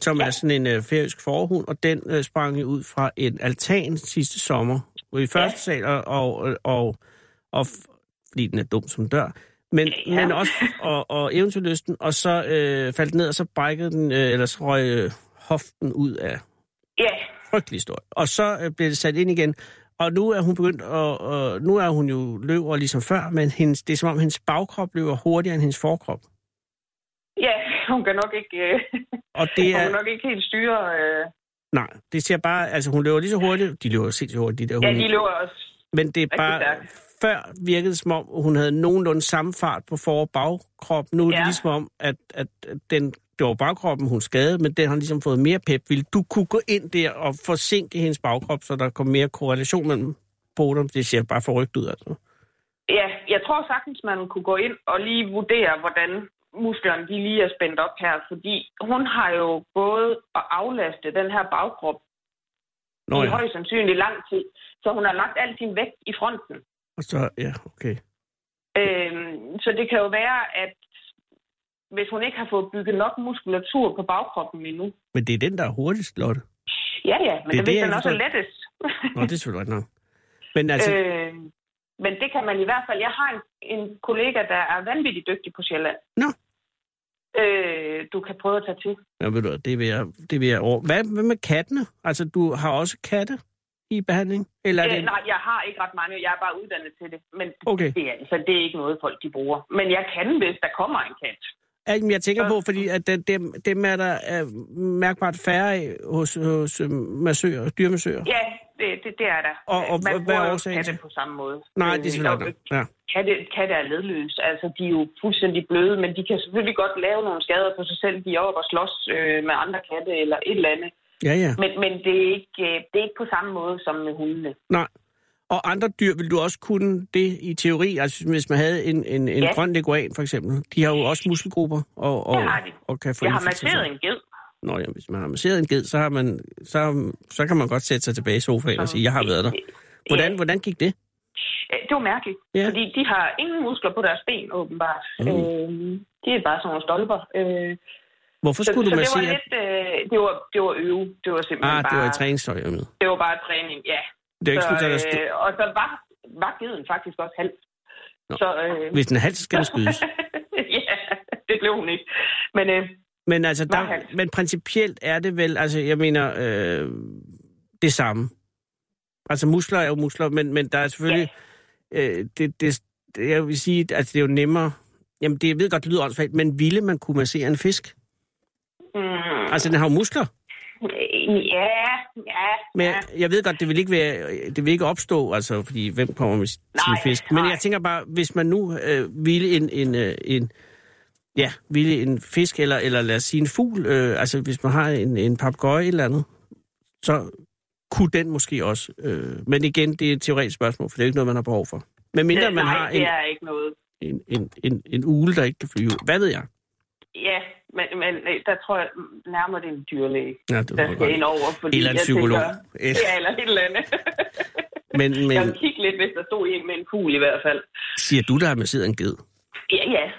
Speaker 3: som ja. er sådan en øh, færøsk forhund, og den øh, sprang jo ud fra en altan sidste sommer, i første ja. sal, og, og, og, og, f- fordi den er dum som dør, men, ja.
Speaker 2: Ja.
Speaker 3: men også, og, og eventyrlysten, og så øh, faldt ned, og så brækkede den, øh, eller så røg øh, hoften ud af
Speaker 2: Ja,
Speaker 3: frygtelig historie. Og så øh, blev det sat ind igen, og nu er hun begyndt at, øh, nu er hun jo løver ligesom før, men hendes, det er som om hendes bagkrop løber hurtigere end hendes forkrop.
Speaker 2: ja hun kan nok ikke, [LAUGHS] øh,
Speaker 3: Og det
Speaker 2: hun kan
Speaker 3: er,
Speaker 2: nok ikke helt styre. Øh,
Speaker 3: nej, det ser bare, altså hun løber lige så hurtigt, de løber sindssygt hurtigt, de der
Speaker 2: ja,
Speaker 3: hunde.
Speaker 2: de løber også.
Speaker 3: men det er bare,
Speaker 2: stærkt.
Speaker 3: før virkede det som om, hun havde nogenlunde samme fart på for- og bagkrop. Nu er det
Speaker 2: Ja.
Speaker 3: ligesom om, at, at at den, det var bagkroppen, hun skadede, men den har ligesom fået mere pep. Vil du kunne gå ind der og forsinke hendes bagkrop, så der kom mere korrelation mellem poterne? Det ser bare forrygt ud, altså.
Speaker 2: Ja, jeg tror sagtens, man kunne gå ind og lige vurdere, hvordan musklerne de lige er spændt op her, fordi hun har jo både at aflaste den her bagkrop
Speaker 3: Nå
Speaker 2: i
Speaker 3: ja,
Speaker 2: højst sandsynligt lang tid, så hun har lagt al sin vægt i fronten.
Speaker 3: og så, ja, okay.
Speaker 2: Øhm, så det kan jo være, at hvis hun ikke har fået bygget nok muskulatur på bagkroppen endnu,
Speaker 3: Men det er den, der er hurtigst, Lotte.
Speaker 2: ja ja, men
Speaker 3: Det
Speaker 2: det,
Speaker 3: er
Speaker 2: det,
Speaker 3: det,
Speaker 2: hvis
Speaker 3: jeg
Speaker 2: den også er
Speaker 3: forstår.
Speaker 2: lettest.
Speaker 3: Nå, det er selvfølgelig rigtigt nok. Men altså, øh,
Speaker 2: Øh, men det kan man i hvert fald. Jeg har en, en kollega, der er vanvittigt dygtig på Sjælland.
Speaker 3: Nå.
Speaker 2: Øh, du kan prøve at tage til.
Speaker 3: ja, ved du, hvad, det vil jeg, det vil jeg over. Hvad, hvad med kattene? Altså, du har også katte i behandling? Eller er det...
Speaker 2: Øh, nej, jeg har ikke ret mange. Jeg er bare uddannet til det. Men
Speaker 3: Okay.
Speaker 2: det, er, så det er ikke noget, folk de bruger. Men jeg kan, hvis der kommer en kat.
Speaker 3: Ja, men jeg tænker på, fordi at den- dem, dem er der er mærkbart færre af hos, hos øh, massører, dyremassører.
Speaker 2: Ja, det, det, det er der.
Speaker 3: Og- og
Speaker 2: Man
Speaker 3: hvad
Speaker 2: bruger
Speaker 3: er
Speaker 2: jo
Speaker 3: årsagen
Speaker 2: katte
Speaker 3: til?
Speaker 2: på samme måde.
Speaker 3: Nej,
Speaker 2: Øh,
Speaker 3: det er
Speaker 2: og-
Speaker 3: selvfølgelig ikke. Ja.
Speaker 2: katte, katte er ledløse. Altså, de er jo fuldstændig bløde, men de kan selvfølgelig godt lave nogle skader på sig selv. De er oppe og slås øh, med andre katte eller et eller andet.
Speaker 3: Ja, ja.
Speaker 2: Men, men det, er ikke, øh, det er ikke på samme måde som med hundene.
Speaker 3: Nej. Og andre dyr vil du også kunne det i teori, altså hvis man havde en, en, en
Speaker 2: Ja.
Speaker 3: grøn leguan for eksempel. De har jo også muskelgrupper og, og,
Speaker 2: Det har de.
Speaker 3: og kan få
Speaker 2: Jeg har
Speaker 3: infiltration.
Speaker 2: masseret en ged.
Speaker 3: Nå ja, hvis man har masseret en ged, så, har man, så, så kan man godt sætte sig tilbage i sofaen og sige, jeg har været der. Hvordan, hvordan gik det?
Speaker 2: Ja, Øh, Det var mærkeligt,
Speaker 3: Ja.
Speaker 2: ja. fordi de har ingen muskler på deres ben, åbenbart.
Speaker 3: Mm.
Speaker 2: Mm. Øh, de er bare sådan nogle stolper. Øh,
Speaker 3: Hvorfor
Speaker 2: så
Speaker 3: skulle
Speaker 2: så
Speaker 3: du
Speaker 2: det, var
Speaker 3: massere?
Speaker 2: lidt, øh, det, var, det var øve. Det var simpelthen
Speaker 3: Ah,
Speaker 2: bare,
Speaker 3: det var i træningstøj med.
Speaker 2: det var bare træning, ja.
Speaker 3: Det er jo ikke sådan, at der
Speaker 2: så,
Speaker 3: stod-
Speaker 2: øh, og så var, var geden faktisk også halv.
Speaker 3: Nå.
Speaker 2: Så, øh,
Speaker 3: Hvis den er halvt, så skal den
Speaker 2: [LAUGHS]
Speaker 3: skydes.
Speaker 2: ja, det blev hun ikke. Men øh,
Speaker 3: Men, altså,
Speaker 2: Var
Speaker 3: der,
Speaker 2: halvt.
Speaker 3: men principielt er det vel, altså jeg mener, øh, det samme. Altså muskler er jo muskler, men, men der er selvfølgelig, øh, det, det, det, jeg vil sige, at det er jo nemmere, jamen det, jeg ved godt, det lyder åndssvagt, men ville man kunne massere en fisk?
Speaker 2: mm,
Speaker 3: Altså den har jo muskler,
Speaker 2: øh, ja, ja,
Speaker 3: men
Speaker 2: ja.
Speaker 3: jeg ved godt, det vil ikke, være, det vil ikke opstå, altså fordi hvem kommer med sin
Speaker 2: Nej,
Speaker 3: fisk? Men
Speaker 2: nej.
Speaker 3: jeg tænker bare, hvis man nu øh, ville en, en, øh, en Ja, ville en fisk, eller, eller lad os sige en fugl, øh, altså hvis man har en, en papegøje et eller andet, så kunne den måske også. Øh, men igen, det er et teoretisk spørgsmål, for det er jo ikke noget, man har behov for. Men mindre man
Speaker 2: Øh, Nej,
Speaker 3: har
Speaker 2: det
Speaker 3: en,
Speaker 2: er ikke noget.
Speaker 3: en, en, en, en ule, der ikke kan flyve. Hvad ved jeg?
Speaker 2: Ja, men, men øh, der tror jeg mm, nærmere, det er en dyrlæge,
Speaker 3: Ja, det
Speaker 2: der
Speaker 3: var
Speaker 2: skal
Speaker 3: godt.
Speaker 2: ind over. Fordi
Speaker 3: Eller en
Speaker 2: jeg
Speaker 3: psykolog.
Speaker 2: Tænker,
Speaker 3: Eller-
Speaker 2: ja, eller et eller andet.
Speaker 3: [LAUGHS] Men,
Speaker 2: Jeg ville
Speaker 3: men
Speaker 2: kigge lidt, hvis der stod en med en fugl i hvert fald.
Speaker 3: siger du, der har masseret en ged?
Speaker 2: Ja, ja.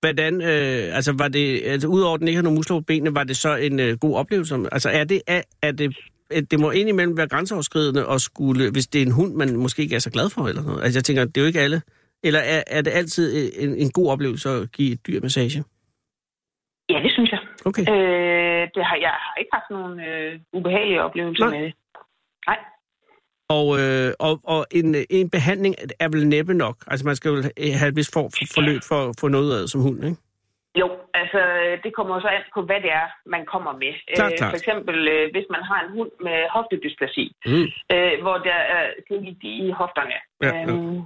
Speaker 3: Hvordan, øh, altså var det, altså udover at den ikke har nogen muskler på benene, var det så en øh, god oplevelse? Altså er det, er, er det, at det må indimellem være grænseoverskridende og skulle, hvis det er en hund, man måske ikke er så glad for eller noget. Altså jeg tænker, det er jo ikke alle. Eller er, er det altid øh, en, en god oplevelse at give et dyr massage?
Speaker 2: Ja, det synes jeg.
Speaker 3: Okay.
Speaker 2: Øh, det har, jeg har ikke haft nogen øh, ubehagelige oplevelser
Speaker 3: Nej.
Speaker 2: Nej. med det. Nej.
Speaker 3: Og, øh, og, og en, øh, en behandling er vel næppe nok. Altså man skal jo øh, have et vist form for forløb for at få noget af det som hund, ikke?
Speaker 2: Jo, altså øh, det kommer jo så an på, hvad det er, man kommer med.
Speaker 3: Klart,
Speaker 2: Øh,
Speaker 3: klart.
Speaker 2: For eksempel, øh, hvis man har en hund med hoftedysplasi,
Speaker 3: Mm.
Speaker 2: øh, hvor der er slikket i hofterne,
Speaker 3: Ja,
Speaker 2: ja,
Speaker 3: ja.
Speaker 2: ja. Øhm,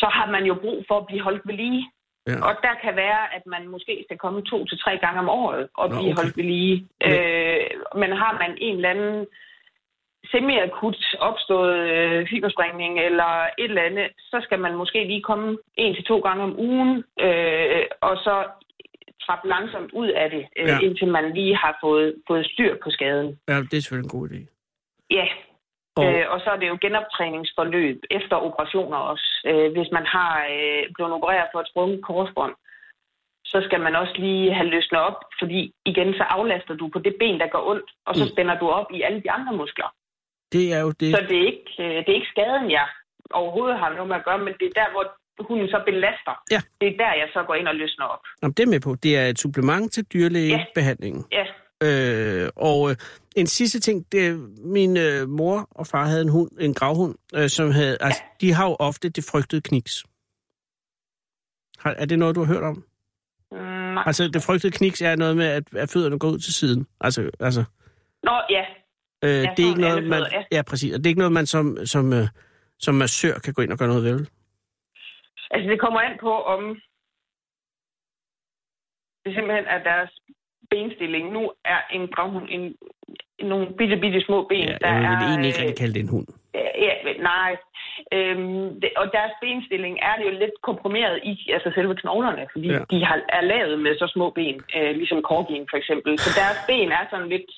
Speaker 2: så har man jo brug for at blive holdt ved lige.
Speaker 3: Ja.
Speaker 2: Og der kan være, at man måske skal komme to til tre gange om året og
Speaker 3: Nå,
Speaker 2: blive
Speaker 3: okay.
Speaker 2: holdt ved lige.
Speaker 3: Okay.
Speaker 2: Øh, men har man en eller anden semi-akut opstået øh, fibersprængning eller et eller andet, så skal man måske lige komme en til to gange om ugen, øh, og så trappe langsomt ud af det, øh,
Speaker 3: Ja.
Speaker 2: ja. indtil man lige har fået, fået styr på skaden.
Speaker 3: Ja, det er selvfølgelig en god idé.
Speaker 2: Ja,
Speaker 3: Og,
Speaker 2: Øh, og så er det jo genoptræningsforløb efter operationer også. Øh, hvis man har øh, blevet opereret for et sprunget korsbånd, så skal man også lige have løsnet op, fordi igen så aflaster du på det ben, der gør ondt, og så
Speaker 3: Mm.
Speaker 2: spænder du op i alle de andre muskler.
Speaker 3: det er jo det.
Speaker 2: Så det er ikke, øh, det er ikke skaden, jeg overhovedet har noget med at gøre, men det er der, hvor hunden så belaster.
Speaker 3: Ja.
Speaker 2: Det er der, jeg så går ind og løsner op.
Speaker 3: Jamen, det er med på. Det er et supplement til dyrlægebehandlingen.
Speaker 2: Ja,
Speaker 3: Øh, og øh, en sidste ting, det, er, min øh, mor og far havde en hund, en gravhund, øh, som havde, altså, de har jo ofte det frygtede kniks. Har, er det noget, du har hørt om?
Speaker 2: mm, nej.
Speaker 3: Altså, det frygtede kniks er noget med, at, at fødderne går ud til siden. Altså, altså
Speaker 2: Nå, ja.
Speaker 3: øh, det
Speaker 2: sådan
Speaker 3: er ikke noget,
Speaker 2: alle
Speaker 3: man...
Speaker 2: fødder,
Speaker 3: Ja, præcis. Og det er ikke noget, man som, som, øh, som massør kan gå ind og gøre noget ved. vel?
Speaker 2: Altså, det kommer an på, om det simpelthen er deres benstilling. Nu er en gravhund en, nogle bitte, bitte små ben,
Speaker 3: Ja,
Speaker 2: der
Speaker 3: jeg vil
Speaker 2: er...
Speaker 3: egentlig ikke rigtig kalde det en hund.
Speaker 2: øh, ja, men nej. Øhm, det, og deres benstilling er det jo lidt komprimeret i, altså selve knoglerne, fordi
Speaker 3: Ja.
Speaker 2: ja. de har, er lavet med så små ben, øh, ligesom korgien for eksempel. Så deres ben er sådan lidt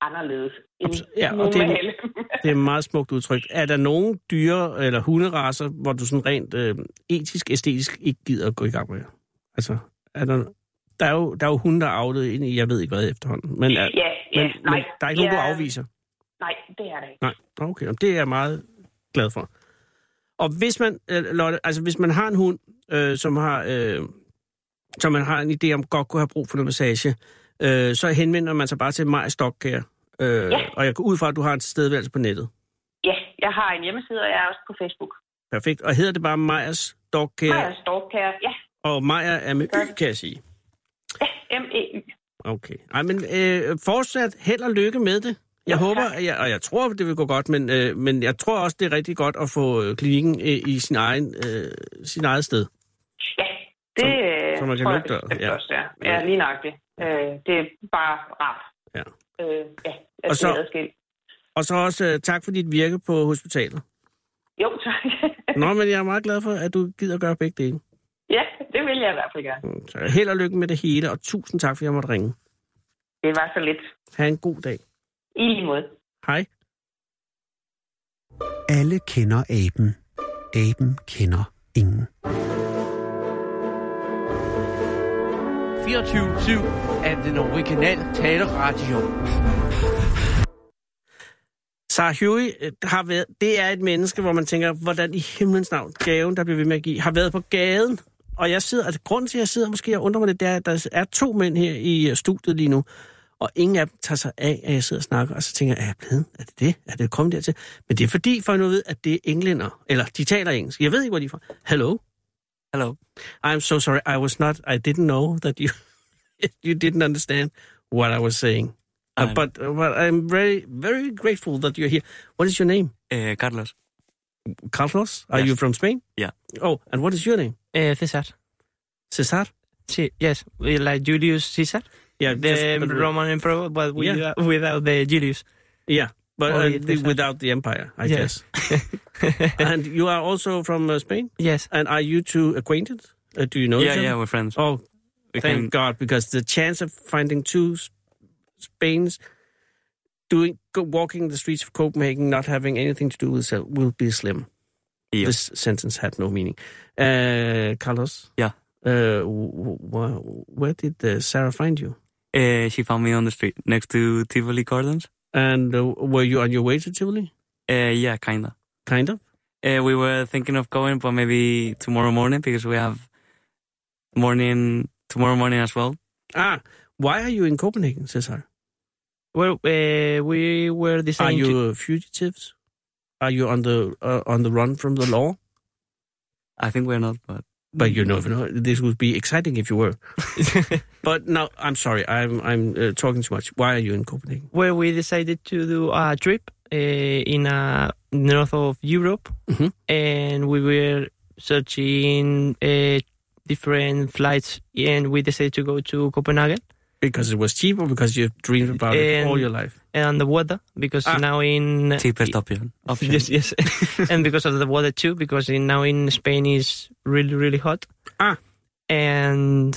Speaker 2: anderledes end
Speaker 3: Abs- ja,
Speaker 2: ja,
Speaker 3: og det er-
Speaker 2: normale.
Speaker 3: Det er et meget smukt udtryk. Er der nogen dyre- eller hunderaser, hvor du sådan rent øh, etisk, æstetisk ikke gider at gå i gang med? Altså, er der, der, er jo, der er jo hunde, der er avlet ind i, jeg ved ikke hvad efterhånden. Men, er,
Speaker 2: [LAUGHS] ja, ja,
Speaker 3: men,
Speaker 2: nej.
Speaker 3: men der er ikke nogen, du
Speaker 2: Ja,
Speaker 3: afviser?
Speaker 2: Nej, det er det ikke.
Speaker 3: Nej, Nå, okay. Jamen, Det er jeg meget glad for. Og hvis man, øh, Lotte, altså hvis man har en hund, øh, som har, øh, som man har en idé om godt kunne have brug for noget massage, øh, så henvender man sig bare til mig Stokkær. Øh,
Speaker 2: Ja.
Speaker 3: Og jeg går ud fra, at du har en tilstedeværelse på nettet.
Speaker 2: Ja, jeg har en hjemmeside, og jeg er også på Facebook.
Speaker 3: Perfekt. Og hedder det bare Meyers Dog Care?
Speaker 2: Ja. Maja Storkær, ja.
Speaker 3: Og Meyer er med
Speaker 2: Ja.
Speaker 3: Y, kan jeg sige.
Speaker 2: Ja, E M-E-Y.
Speaker 3: Okay. Ej, men øh, fortsat held og lykke med det. Jeg håber, at jeg, og jeg tror, det vil gå godt, men, øh, men jeg tror også, det er rigtig godt at få øh, klinikken øh, i sin egen, øh, sin eget sted.
Speaker 2: Ja, det
Speaker 3: Som-
Speaker 2: øh,
Speaker 3: som man kan
Speaker 2: tror
Speaker 3: lukke
Speaker 2: jeg
Speaker 3: døren,
Speaker 2: bestemt
Speaker 3: ja.
Speaker 2: også, ja. ja. lige nøjagtigt. Øh, det er bare rart.
Speaker 3: Ja.
Speaker 2: Øh, ja, at
Speaker 3: Og
Speaker 2: det
Speaker 3: så-
Speaker 2: er adskilt.
Speaker 3: Og så også øh, tak for dit virke på hospitalet.
Speaker 2: Jo, tak. [LAUGHS]
Speaker 3: Nå, men jeg er meget glad for, at du gider gøre begge dele. Mm,
Speaker 2: ja, det vil jeg i hvert fald gerne.
Speaker 3: Så held og lykke med det hele, og tusind tak, fordi jeg måtte ringe.
Speaker 2: Det var så lidt.
Speaker 3: Ha' en god dag.
Speaker 2: I lige måde.
Speaker 3: Hej.
Speaker 1: Alle kender aben. Aben kender ingen.
Speaker 4: 24-7 af den originale taleradio.
Speaker 3: Sarah Huey øh, har været, det er et menneske, hvor man tænker, hvordan i himlens navn gaven, der bliver ved med at give, har været på gaden. Og jeg sidder, altså grunden til, at jeg sidder måske og undrer mig lidt, det er, at der er to mænd her i øh, studiet lige nu, og ingen af dem tager sig af, at jeg sidder og snakker, og så tænker jeg, er jeg blevet? Er det det? Er det kommet dertil? Men det er fordi, for jeg nu ved, at det er englænder, eller de taler engelsk. Jeg ved ikke, hvor de er fra. Hello?
Speaker 4: Hello.
Speaker 3: I'm so sorry. I was not. I didn't know that you [LAUGHS] you didn't understand what I was saying. Uh,
Speaker 4: I'm-
Speaker 3: but but I'm very very grateful that you're here. What is your name?
Speaker 4: Uh, Carlos.
Speaker 3: Carlos. Are
Speaker 4: Yes.
Speaker 3: you from Spain?
Speaker 4: Yeah.
Speaker 3: Oh, and what is your name?
Speaker 5: Uh, Caesar.
Speaker 3: Cesar.
Speaker 5: See, yes, we like Julius Caesar,
Speaker 3: Yeah.
Speaker 5: the um,
Speaker 3: just-
Speaker 5: Roman emperor, but we,
Speaker 3: Yeah.
Speaker 5: without the Julius.
Speaker 3: Yeah. But
Speaker 5: Oh,
Speaker 3: uh,
Speaker 5: yeah, Cesar.
Speaker 3: without the empire, I
Speaker 5: Yeah.
Speaker 3: guess.
Speaker 4: [LAUGHS]
Speaker 3: and you are also from uh, Spain.
Speaker 5: yes,
Speaker 3: And are you two acquainted? Uh, do you know
Speaker 4: Yeah,
Speaker 3: each other?
Speaker 4: yeah, we're friends.
Speaker 3: Oh,
Speaker 4: we
Speaker 3: Thank
Speaker 4: can,
Speaker 3: God, because the chance of finding two S- Spains doing go, walking the streets of Copenhagen, not having anything to do with itself, will be slim.
Speaker 4: Yeah.
Speaker 3: This sentence had no meaning. Uh, Carlos.
Speaker 4: Yeah.
Speaker 3: Uh, wh- wh- where did uh, Sarah find you?
Speaker 4: Uh, she found me on the street next to Tivoli Gardens.
Speaker 3: And uh, were you on your way to Tivoli?
Speaker 4: Uh, yeah, kinda.
Speaker 3: Kind of.
Speaker 4: Uh, we were thinking of going, but maybe tomorrow morning because we have morning tomorrow morning as well.
Speaker 3: Ah, why are you in Copenhagen, Cesar?
Speaker 5: well, uh, we were
Speaker 3: Are
Speaker 5: deciding to-
Speaker 3: you uh, fugitives? Are you on the uh, on the run from the law?
Speaker 4: I think we're not, but
Speaker 3: But you never know. This would be exciting if you were.
Speaker 5: [LAUGHS]
Speaker 3: but no, I'm sorry. I'm I'm uh, talking too much. Why are you in Copenhagen?
Speaker 5: where we decided to do a trip uh, in uh, north of Europe,
Speaker 3: Mhm.
Speaker 5: and we were searching uh, different flights, and we decided to go to Copenhagen
Speaker 3: Because it was cheap, or because you dreamed about it
Speaker 5: Um,
Speaker 3: all your life?
Speaker 5: and the weather because
Speaker 3: Ah.
Speaker 5: now in
Speaker 4: cheapest option. option.
Speaker 5: Yes, yes. [LAUGHS] and because of the weather too, because in, now in Spain is really, really hot.
Speaker 3: Ah.
Speaker 5: And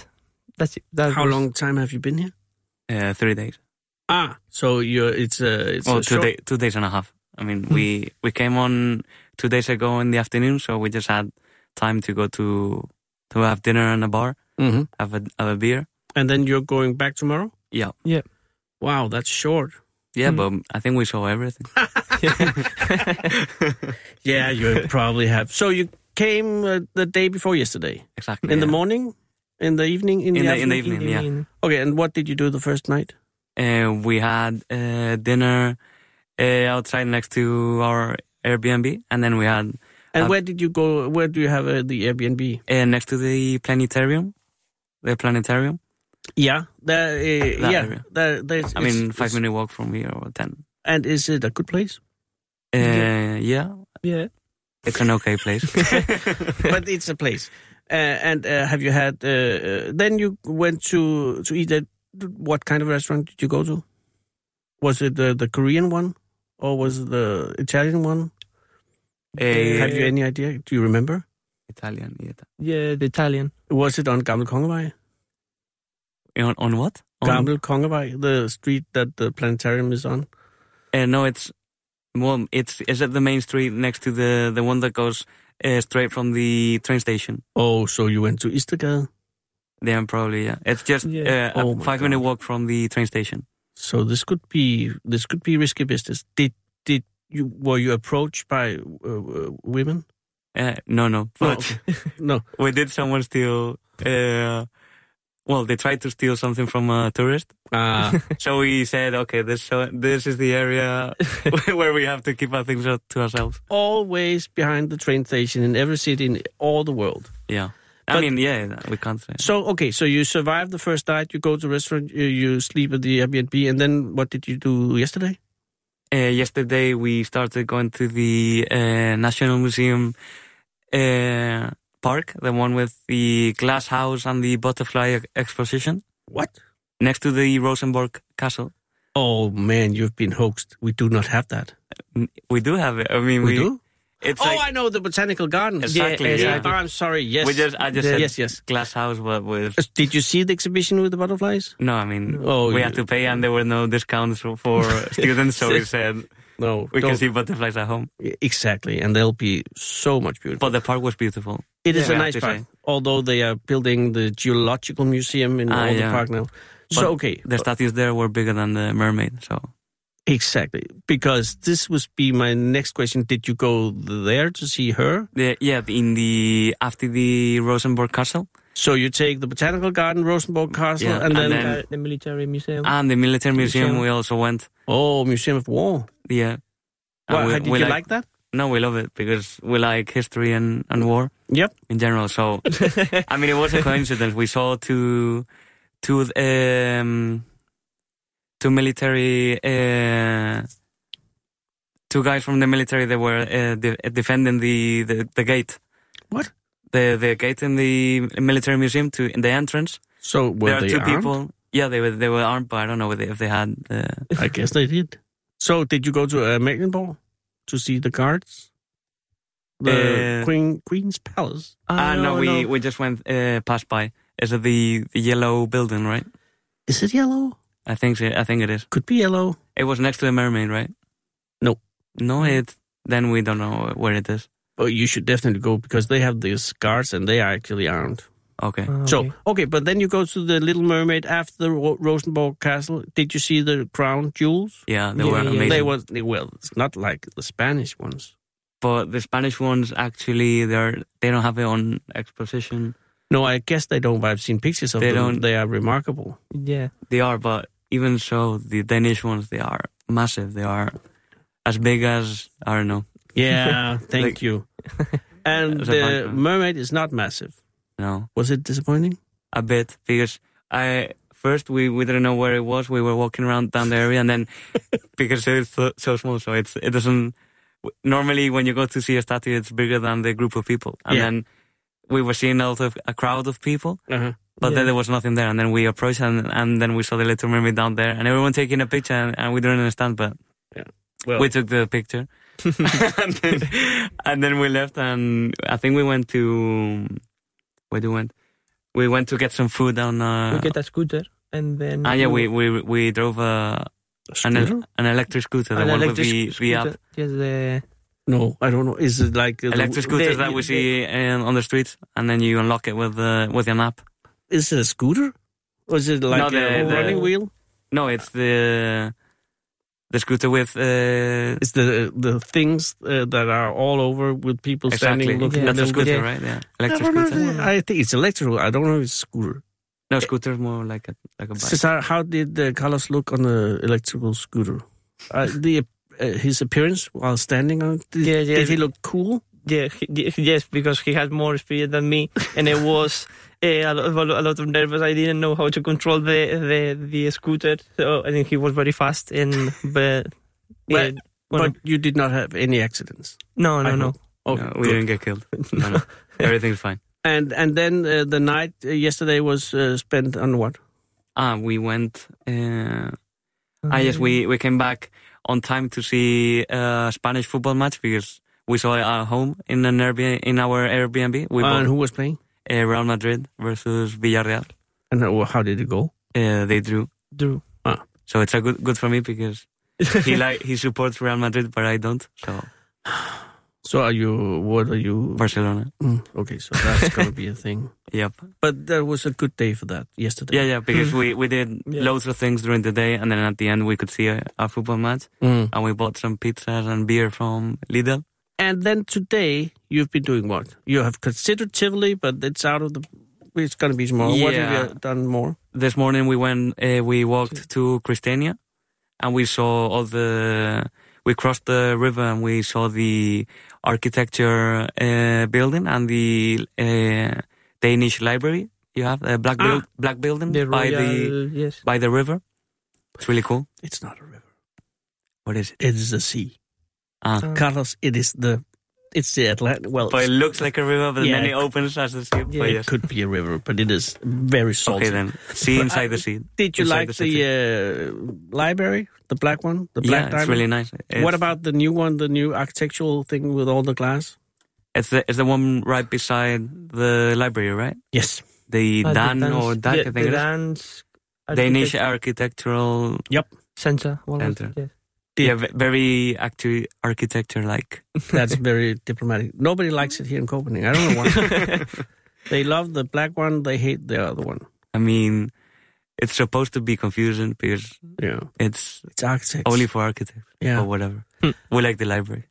Speaker 5: that's it. That
Speaker 3: How
Speaker 5: was- [LAUGHS]
Speaker 3: long [LAUGHS] time have you been here?
Speaker 4: Uh, three days.
Speaker 3: Ah, so you're it's uh, it's a
Speaker 4: Well, two,
Speaker 3: short- Hmm.
Speaker 4: day, two days and a half. I mean, we we came on two days ago in the afternoon, so we just had time to go to to have dinner in a bar,
Speaker 3: Mhm.
Speaker 4: have a have a beer.
Speaker 3: and then you're going back tomorrow.
Speaker 4: Yeah.
Speaker 5: Yeah.
Speaker 3: Wow, that's short.
Speaker 4: Yeah,
Speaker 3: Hmm.
Speaker 4: but I think we saw everything.
Speaker 3: Yeah,
Speaker 4: [LAUGHS]
Speaker 3: you probably have. So you came uh, the day before yesterday
Speaker 4: Exactly.
Speaker 3: in the
Speaker 4: yeah.
Speaker 3: morning, in the evening, in,
Speaker 4: In
Speaker 3: the,
Speaker 4: the- in the
Speaker 3: afternoon?
Speaker 4: evening. yeah.
Speaker 3: Okay, and what did you do the first night?
Speaker 4: Uh, we had uh, dinner uh, outside next to our Airbnb, and then we had
Speaker 3: And
Speaker 4: Uh,
Speaker 3: where did you go? Where do you have uh, the Airbnb?
Speaker 4: uh, next to the planetarium. The planetarium.
Speaker 3: Yeah, there, uh,
Speaker 4: That
Speaker 3: yeah.
Speaker 4: area.
Speaker 3: There, there's,
Speaker 4: I
Speaker 3: it's-
Speaker 4: mean, five
Speaker 3: it's-
Speaker 4: minute walk from here or ten.
Speaker 3: And is it a good place?
Speaker 4: Uh,
Speaker 5: Yeah.
Speaker 4: yeah.
Speaker 5: Yeah.
Speaker 4: it's an okay
Speaker 3: [LAUGHS]
Speaker 4: place.
Speaker 3: but it's a place. Uh, and uh, have you had? Uh, uh, then you went to to eat at what kind of restaurant did you go to? Was it the the Korean one or was it the Italian one?
Speaker 4: Uh,
Speaker 3: have you any idea? Do you remember?
Speaker 4: Italian. Yeah.
Speaker 5: Yeah, the Italian.
Speaker 3: Was it on Gamle Kongevej?
Speaker 4: On, on what? On,
Speaker 3: Gamle Kongevej, the street that the planetarium is on.
Speaker 4: Uh, no, it's well, it's it's at the main street next to the the one that goes uh, straight from the train station.
Speaker 3: Oh, so you went to Istergade.
Speaker 4: Then probably yeah, it's just
Speaker 5: Yeah.
Speaker 4: uh,
Speaker 3: Oh
Speaker 4: a
Speaker 3: my
Speaker 4: five minute
Speaker 3: God.
Speaker 4: walk from the train station.
Speaker 3: So this could be this could be risky business. Did did you were you approached by uh, uh, women?
Speaker 4: Uh, no, no, but
Speaker 3: No.
Speaker 4: we did someone steal. Uh, well, they tried to steal something from a tourist,
Speaker 3: Uh,
Speaker 4: so we said, "Okay, this so, this is the area [LAUGHS] where we have to keep our things up to ourselves."
Speaker 3: always behind the train station in every city in all the world.
Speaker 4: Yeah, I
Speaker 3: But-
Speaker 4: mean, yeah, we can't say.
Speaker 3: So okay, so you survived the first night. You go to restaurant. You, you sleep at the Airbnb, and then what did you do yesterday?
Speaker 4: Uh, yesterday we started going to the uh, National Museum uh, park, the one with the glass house and the butterfly e- exposition
Speaker 3: [LAUGHS] What?
Speaker 4: next to the Rosenborg Castle.
Speaker 3: Oh man, you've been hoaxed. We do not have that.
Speaker 4: We do have it. I mean,
Speaker 3: We,
Speaker 4: we,
Speaker 3: do?
Speaker 4: It's
Speaker 3: oh,
Speaker 4: like,
Speaker 3: I know the botanical garden.
Speaker 4: Exactly,
Speaker 3: Yeah,
Speaker 4: yeah.
Speaker 3: exactly. Oh, I'm sorry. Yes.
Speaker 4: we just I just
Speaker 3: The-
Speaker 4: said
Speaker 3: yes, yes.
Speaker 4: glass house, but with
Speaker 3: Did you see the exhibition with the butterflies?
Speaker 4: no. I mean,
Speaker 3: Oh,
Speaker 4: we
Speaker 3: you-
Speaker 4: had to pay, and there were no discounts
Speaker 3: [LAUGHS]
Speaker 4: for students, so we said
Speaker 3: No.
Speaker 4: we
Speaker 3: don't-
Speaker 4: can see butterflies at home.
Speaker 3: Exactly, and they'll be so much beautiful.
Speaker 4: But the park was beautiful.
Speaker 3: It is
Speaker 4: Yeah.
Speaker 3: a
Speaker 4: Yeah,
Speaker 3: nice
Speaker 4: they
Speaker 3: park,
Speaker 4: say.
Speaker 3: although they are building the geological museum in
Speaker 4: Ah,
Speaker 3: all the
Speaker 4: yeah.
Speaker 3: park now.
Speaker 4: But
Speaker 3: So okay,
Speaker 4: The statues there were bigger than the mermaid, so
Speaker 3: exactly because this would be my next question. Did you go there to see her?
Speaker 4: the, yeah. In the after the Rosenborg Castle
Speaker 3: So you take the botanical garden, Rosenborg Castle,
Speaker 4: Yeah,
Speaker 3: and,
Speaker 4: and
Speaker 3: then,
Speaker 4: then-
Speaker 5: Uh, the military museum.
Speaker 4: and the military museum,
Speaker 5: Museum.
Speaker 4: we also went.
Speaker 3: oh Museum of War.
Speaker 4: Yeah. And
Speaker 3: Why,
Speaker 4: we-
Speaker 3: how did
Speaker 4: we
Speaker 3: you like that?
Speaker 4: No, we love it because we like history and, and war
Speaker 3: Yep.
Speaker 4: in general.
Speaker 3: [LAUGHS]
Speaker 4: So, I mean, it was a coincidence. We saw two, two, um, two military, uh, two guys from the military. They were uh, de- defending the, the the gate.
Speaker 3: What?
Speaker 4: The the gate in the military museum to in the entrance.
Speaker 3: So were
Speaker 4: there are
Speaker 3: they
Speaker 4: two
Speaker 3: armed?
Speaker 4: people. Yeah, they were they were armed, but I don't know whether- if they had. Uh,
Speaker 3: I guess they did. So did you go to uh, Mecklenburg to see the guards? The
Speaker 4: Uh,
Speaker 3: Queen Queen's Palace.
Speaker 4: ah, no, we we just went uh, past by. Is it the, the yellow building, right?
Speaker 3: Is it yellow?
Speaker 4: I think so. I think it is.
Speaker 3: Could be yellow.
Speaker 4: It was next to the mermaid, right?
Speaker 3: No.
Speaker 4: No,
Speaker 5: Mm.
Speaker 4: it. Then we don't know where it is.
Speaker 3: But you should definitely go because they have these guards and they are actually armed.
Speaker 4: Okay.
Speaker 5: Ah,
Speaker 3: So
Speaker 5: okay.
Speaker 3: okay, but then you go to the Little Mermaid after the Ro- Rosenborg Castle. Did you see the crown jewels?
Speaker 4: Yeah, they
Speaker 5: Yeah,
Speaker 4: were
Speaker 5: yeah.
Speaker 4: amazing.
Speaker 3: They were they- well, it's not like the Spanish ones.
Speaker 4: But the Spanish ones actually, they're they don't have their own exposition.
Speaker 3: No, I guess they don't. but I've seen pictures of
Speaker 4: They
Speaker 3: them.
Speaker 4: don't-
Speaker 3: They are remarkable.
Speaker 5: yeah,
Speaker 4: They are, but even so, the Danish ones they are massive. They are as big as I don't know.
Speaker 3: [LAUGHS] Yeah, thank
Speaker 4: Like-
Speaker 3: you. [LAUGHS] And
Speaker 4: As a
Speaker 3: the
Speaker 4: background.
Speaker 3: mermaid is not massive.
Speaker 4: No,
Speaker 3: Was it disappointing?
Speaker 4: a bit because I first we, we didn't know where it was. We were walking around down the area, and then because it's so, so small, so it's it doesn't. Normally, when you go to see a statue, it's bigger than the group of people, and
Speaker 3: Yeah.
Speaker 4: then we were seeing a lot of a crowd of people,
Speaker 3: Uh-huh.
Speaker 4: but
Speaker 5: Yeah.
Speaker 4: then there was nothing there. And then we approached, and and then we saw the little mermaid down there, and everyone taking a picture, and, and we didn't understand, but
Speaker 3: Well,
Speaker 4: we took the
Speaker 5: [LAUGHS]
Speaker 4: picture, and, then, and then we left, and I think we went to where do we went. We went to get some food on uh,
Speaker 3: Ah.
Speaker 5: we get a scooter and then.
Speaker 4: Ah, yeah, we we we drove uh, an
Speaker 3: scooter?
Speaker 4: an electric scooter, the
Speaker 5: an
Speaker 4: one
Speaker 5: electric
Speaker 4: with the, the app.
Speaker 5: scooter. Yes, the
Speaker 3: no, I don't know. Is it like uh, the-
Speaker 4: Electric scooters
Speaker 5: They-
Speaker 4: that we
Speaker 5: they-
Speaker 4: see in, on the streets, and then you unlock it with uh, with an app.
Speaker 3: Is it a scooter? Or is it like
Speaker 4: No, the-
Speaker 3: a
Speaker 5: the-
Speaker 3: running wheel?
Speaker 4: No, it's the the scooter with uh,
Speaker 3: It's the the things uh, that are all over with people
Speaker 4: exactly
Speaker 3: standing looking
Speaker 5: Yeah,
Speaker 3: at
Speaker 4: that's a
Speaker 3: them.
Speaker 4: scooter,
Speaker 5: yeah.
Speaker 4: right? Yeah,
Speaker 3: I,
Speaker 4: electric
Speaker 3: don't know,
Speaker 4: scooter.
Speaker 3: I think it's electrical. I don't know if it's scooter.
Speaker 4: No, scooter is more like a like a bike.
Speaker 3: Cesar, how did the Carlos look on the electrical scooter? Uh, the uh, his appearance while standing on it, did,
Speaker 5: Yeah, yeah.
Speaker 3: did he look cool?
Speaker 5: yeah, he- yes, yes, because he has more experience than me, and I was [LAUGHS] uh, a, lot, a lot of nervous. I didn't know how to control the the, the scooter, so I think he was very
Speaker 4: [LAUGHS]
Speaker 5: fast. And but,
Speaker 3: Well,
Speaker 5: uh, well,
Speaker 3: But you did not have any accidents.
Speaker 5: no,
Speaker 3: I
Speaker 5: no, no.
Speaker 3: hope. Okay,
Speaker 4: no, we
Speaker 3: good.
Speaker 4: didn't get killed. No, no. Everything's fine.
Speaker 3: And and then uh, the night uh, yesterday was uh, spent on what?
Speaker 4: Ah, we went. Uh, Ah, yes, we, we came back on time to see a Spanish football match because we saw it at home in an Airbnb, in our Airbnb. We
Speaker 3: Ah, and
Speaker 4: bought
Speaker 3: who was playing?
Speaker 4: uh, Real Madrid versus Villarreal.
Speaker 3: And uh, how did it go?
Speaker 4: Uh, they drew,
Speaker 5: Drew.
Speaker 4: so it's a good good for me because
Speaker 5: [LAUGHS]
Speaker 4: he like he supports Real Madrid, but I don't. So
Speaker 3: So are you? What are you?
Speaker 4: Barcelona.
Speaker 3: Mm, okay, so that's [LAUGHS] gonna be a thing.
Speaker 4: Yep.
Speaker 3: But that was a good day for that yesterday.
Speaker 4: Yeah, yeah. Because we we [LAUGHS] did
Speaker 5: Yeah.
Speaker 4: loads of things during the day, and then at the end we could see a, a football match,
Speaker 3: Mm.
Speaker 4: and we bought some pizzas and beer from Lidl.
Speaker 3: And then today you've been doing what? You have considered Tivoli, but it's out of the. It's gonna be tomorrow. What have
Speaker 4: Yeah.
Speaker 3: you done more?
Speaker 4: this morning we went uh, we walked to Christiania and we saw all the we crossed the river and we saw the architecture uh, building and the uh, Danish library you have a black buil- black building
Speaker 5: The
Speaker 4: by
Speaker 5: Royal,
Speaker 4: the
Speaker 5: yes.
Speaker 4: by the river it's really cool
Speaker 3: It's not a river.
Speaker 4: what What is it?
Speaker 3: It is the sea.
Speaker 4: Ah.
Speaker 3: Carlos, it is the it's the Atlantic. Well,
Speaker 4: But it looks like a river, but
Speaker 3: Yeah,
Speaker 4: then
Speaker 3: it
Speaker 4: it opens as a sea.
Speaker 3: yeah,
Speaker 4: but
Speaker 3: it
Speaker 4: yes.
Speaker 3: could be a river, but it is very salty.
Speaker 4: Okay then. Sea
Speaker 3: But uh,
Speaker 4: inside
Speaker 3: I-
Speaker 4: the sea.
Speaker 3: Did you
Speaker 4: Inside
Speaker 3: like the,
Speaker 4: city.
Speaker 3: uh, library, the black one, the black
Speaker 4: yeah,
Speaker 3: diamond?
Speaker 4: it's really nice. It's,
Speaker 3: what about the new one, the new architectural thing with all the glass?
Speaker 4: it's the it's the one right beside the library, right?
Speaker 3: Yes.
Speaker 4: The
Speaker 5: Uh, the
Speaker 4: Dan
Speaker 5: dance-
Speaker 4: or Dak,
Speaker 5: yeah,
Speaker 4: I think it
Speaker 5: the
Speaker 4: is.
Speaker 5: dance
Speaker 4: Danish
Speaker 5: architect-
Speaker 4: architectural.
Speaker 5: center. what was it?
Speaker 4: Center.
Speaker 5: Yes.
Speaker 4: Yeah, ve- very actu- architecture like.
Speaker 3: [LAUGHS] That's very diplomatic. Nobody likes it here in Copenhagen. I don't know
Speaker 4: [LAUGHS]
Speaker 3: why. they love the black one. They hate the other one.
Speaker 4: I mean, it's supposed to be confusing because
Speaker 3: Yeah,
Speaker 4: it's
Speaker 3: it's architects.
Speaker 4: only for architects or
Speaker 3: yeah.
Speaker 4: whatever.
Speaker 5: Hmm.
Speaker 4: we like the library.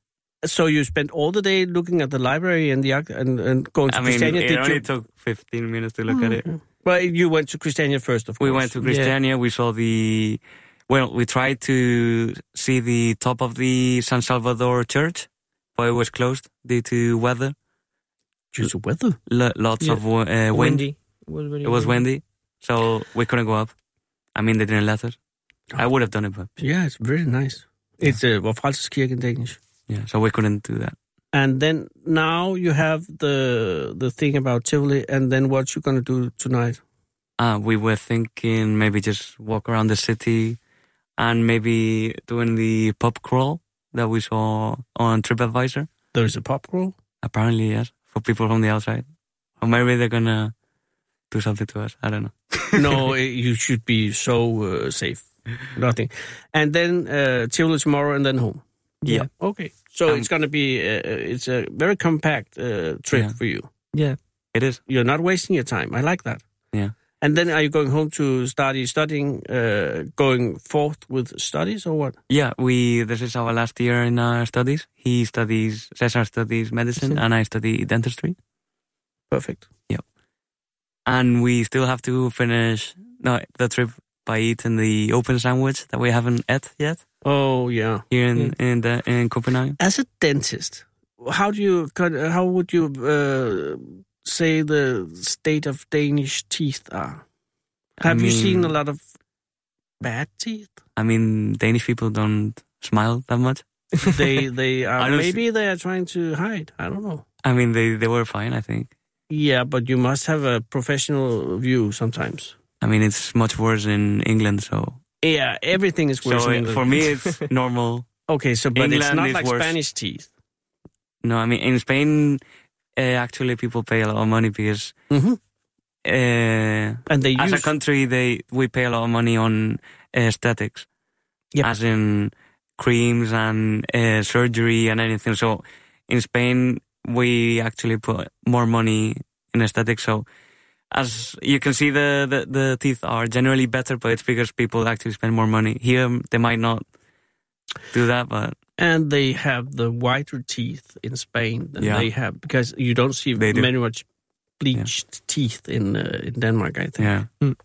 Speaker 3: So you spent all the day looking at the library and the arch- and, and going to
Speaker 4: I mean,
Speaker 3: Christiania.
Speaker 4: it
Speaker 3: Did
Speaker 4: only
Speaker 3: you? Mm.
Speaker 4: took 15 minutes to look at it.
Speaker 3: well, you went to Christiania first, of course.
Speaker 4: We went to Christiania. We saw the. Well, we tried to see the top of the San Salvador church, but it was closed due to weather.
Speaker 3: due to weather.
Speaker 4: L- lots
Speaker 5: Yeah.
Speaker 4: of wo- uh, wind.
Speaker 5: Windy. was very
Speaker 4: It was
Speaker 5: windy.
Speaker 4: windy, so we couldn't go up. I mean, they didn't let us. I would have done it, but
Speaker 3: Yeah, it's very nice. It's a uh, Frelseskirke in Danish.
Speaker 4: yeah, so we couldn't do that.
Speaker 3: And then now you have the the thing about Tivoli, and then what you gonna do tonight?
Speaker 4: Uh, we were thinking maybe just walk around the city and maybe doing the pub crawl that we saw on TripAdvisor.
Speaker 3: There is a pub
Speaker 4: [LAUGHS]
Speaker 3: crawl.
Speaker 4: Apparently, yes, for people from the outside. Or maybe they're gonna do something to us. I don't know.
Speaker 3: no, eh, you should be so uh, safe. Nothing. And then uh, Tivoli tomorrow, and then home.
Speaker 4: Yeah.
Speaker 3: Okay. So
Speaker 4: Um,
Speaker 3: it's gonna be uh, it's a very compact uh, trip
Speaker 4: Yeah.
Speaker 3: for you.
Speaker 4: It is.
Speaker 3: You're not wasting your time. I like that.
Speaker 4: Yeah.
Speaker 3: And then are you going home to study studying, uh, going forth with studies or what?
Speaker 4: Yeah, we. This is our last year in our studies. He studies, Cesar studies medicine,
Speaker 5: Medicine.
Speaker 4: and I study dentistry.
Speaker 3: Perfect.
Speaker 4: and we still have to finish no, the trip by eating the open sandwich that we haven't ate yet
Speaker 3: Oh yeah.
Speaker 4: here in in, the, in Copenhagen.
Speaker 3: as a dentist, how do you con- how would you uh, say the state of Danish teeth are?
Speaker 4: I
Speaker 3: Have you seen a
Speaker 4: mean-
Speaker 3: lot of bad
Speaker 4: [LAUGHS]
Speaker 3: teeth?
Speaker 4: I mean, Danish people don't smile that much.
Speaker 3: they they are
Speaker 4: I don't
Speaker 3: maybe they are trying to hide. I don't know.
Speaker 4: I mean, they they were fine, I think.
Speaker 3: Yeah, but you must have a professional view sometimes.
Speaker 4: I mean, it's much worse in England, so
Speaker 3: Yeah, everything is worse.
Speaker 4: so
Speaker 3: in
Speaker 4: it-
Speaker 3: England.
Speaker 4: for me it's normal.
Speaker 3: [LAUGHS] okay. So, but it's
Speaker 4: England
Speaker 3: not
Speaker 4: is
Speaker 3: like
Speaker 4: worse.
Speaker 3: Spanish teeth.
Speaker 4: No, I mean in Spain, uh, actually people pay a lot of money because
Speaker 3: Mhm.
Speaker 4: uh,
Speaker 3: And they
Speaker 4: Mm-hmm. as a
Speaker 3: use
Speaker 4: country they we pay a lot of money on aesthetics
Speaker 3: Yep.
Speaker 4: as in creams and uh, surgery and anything so in spain we actually put more money in aesthetics so as you can see the, the, the teeth are generally better but it's because people actually spend more money here they might not do that but
Speaker 3: and they have the whiter teeth in Spain than
Speaker 4: Yeah.
Speaker 3: they have because you don't see
Speaker 4: They do.
Speaker 3: many much bleached teeth in uh, in Denmark. I think.
Speaker 4: yeah
Speaker 5: Hmm.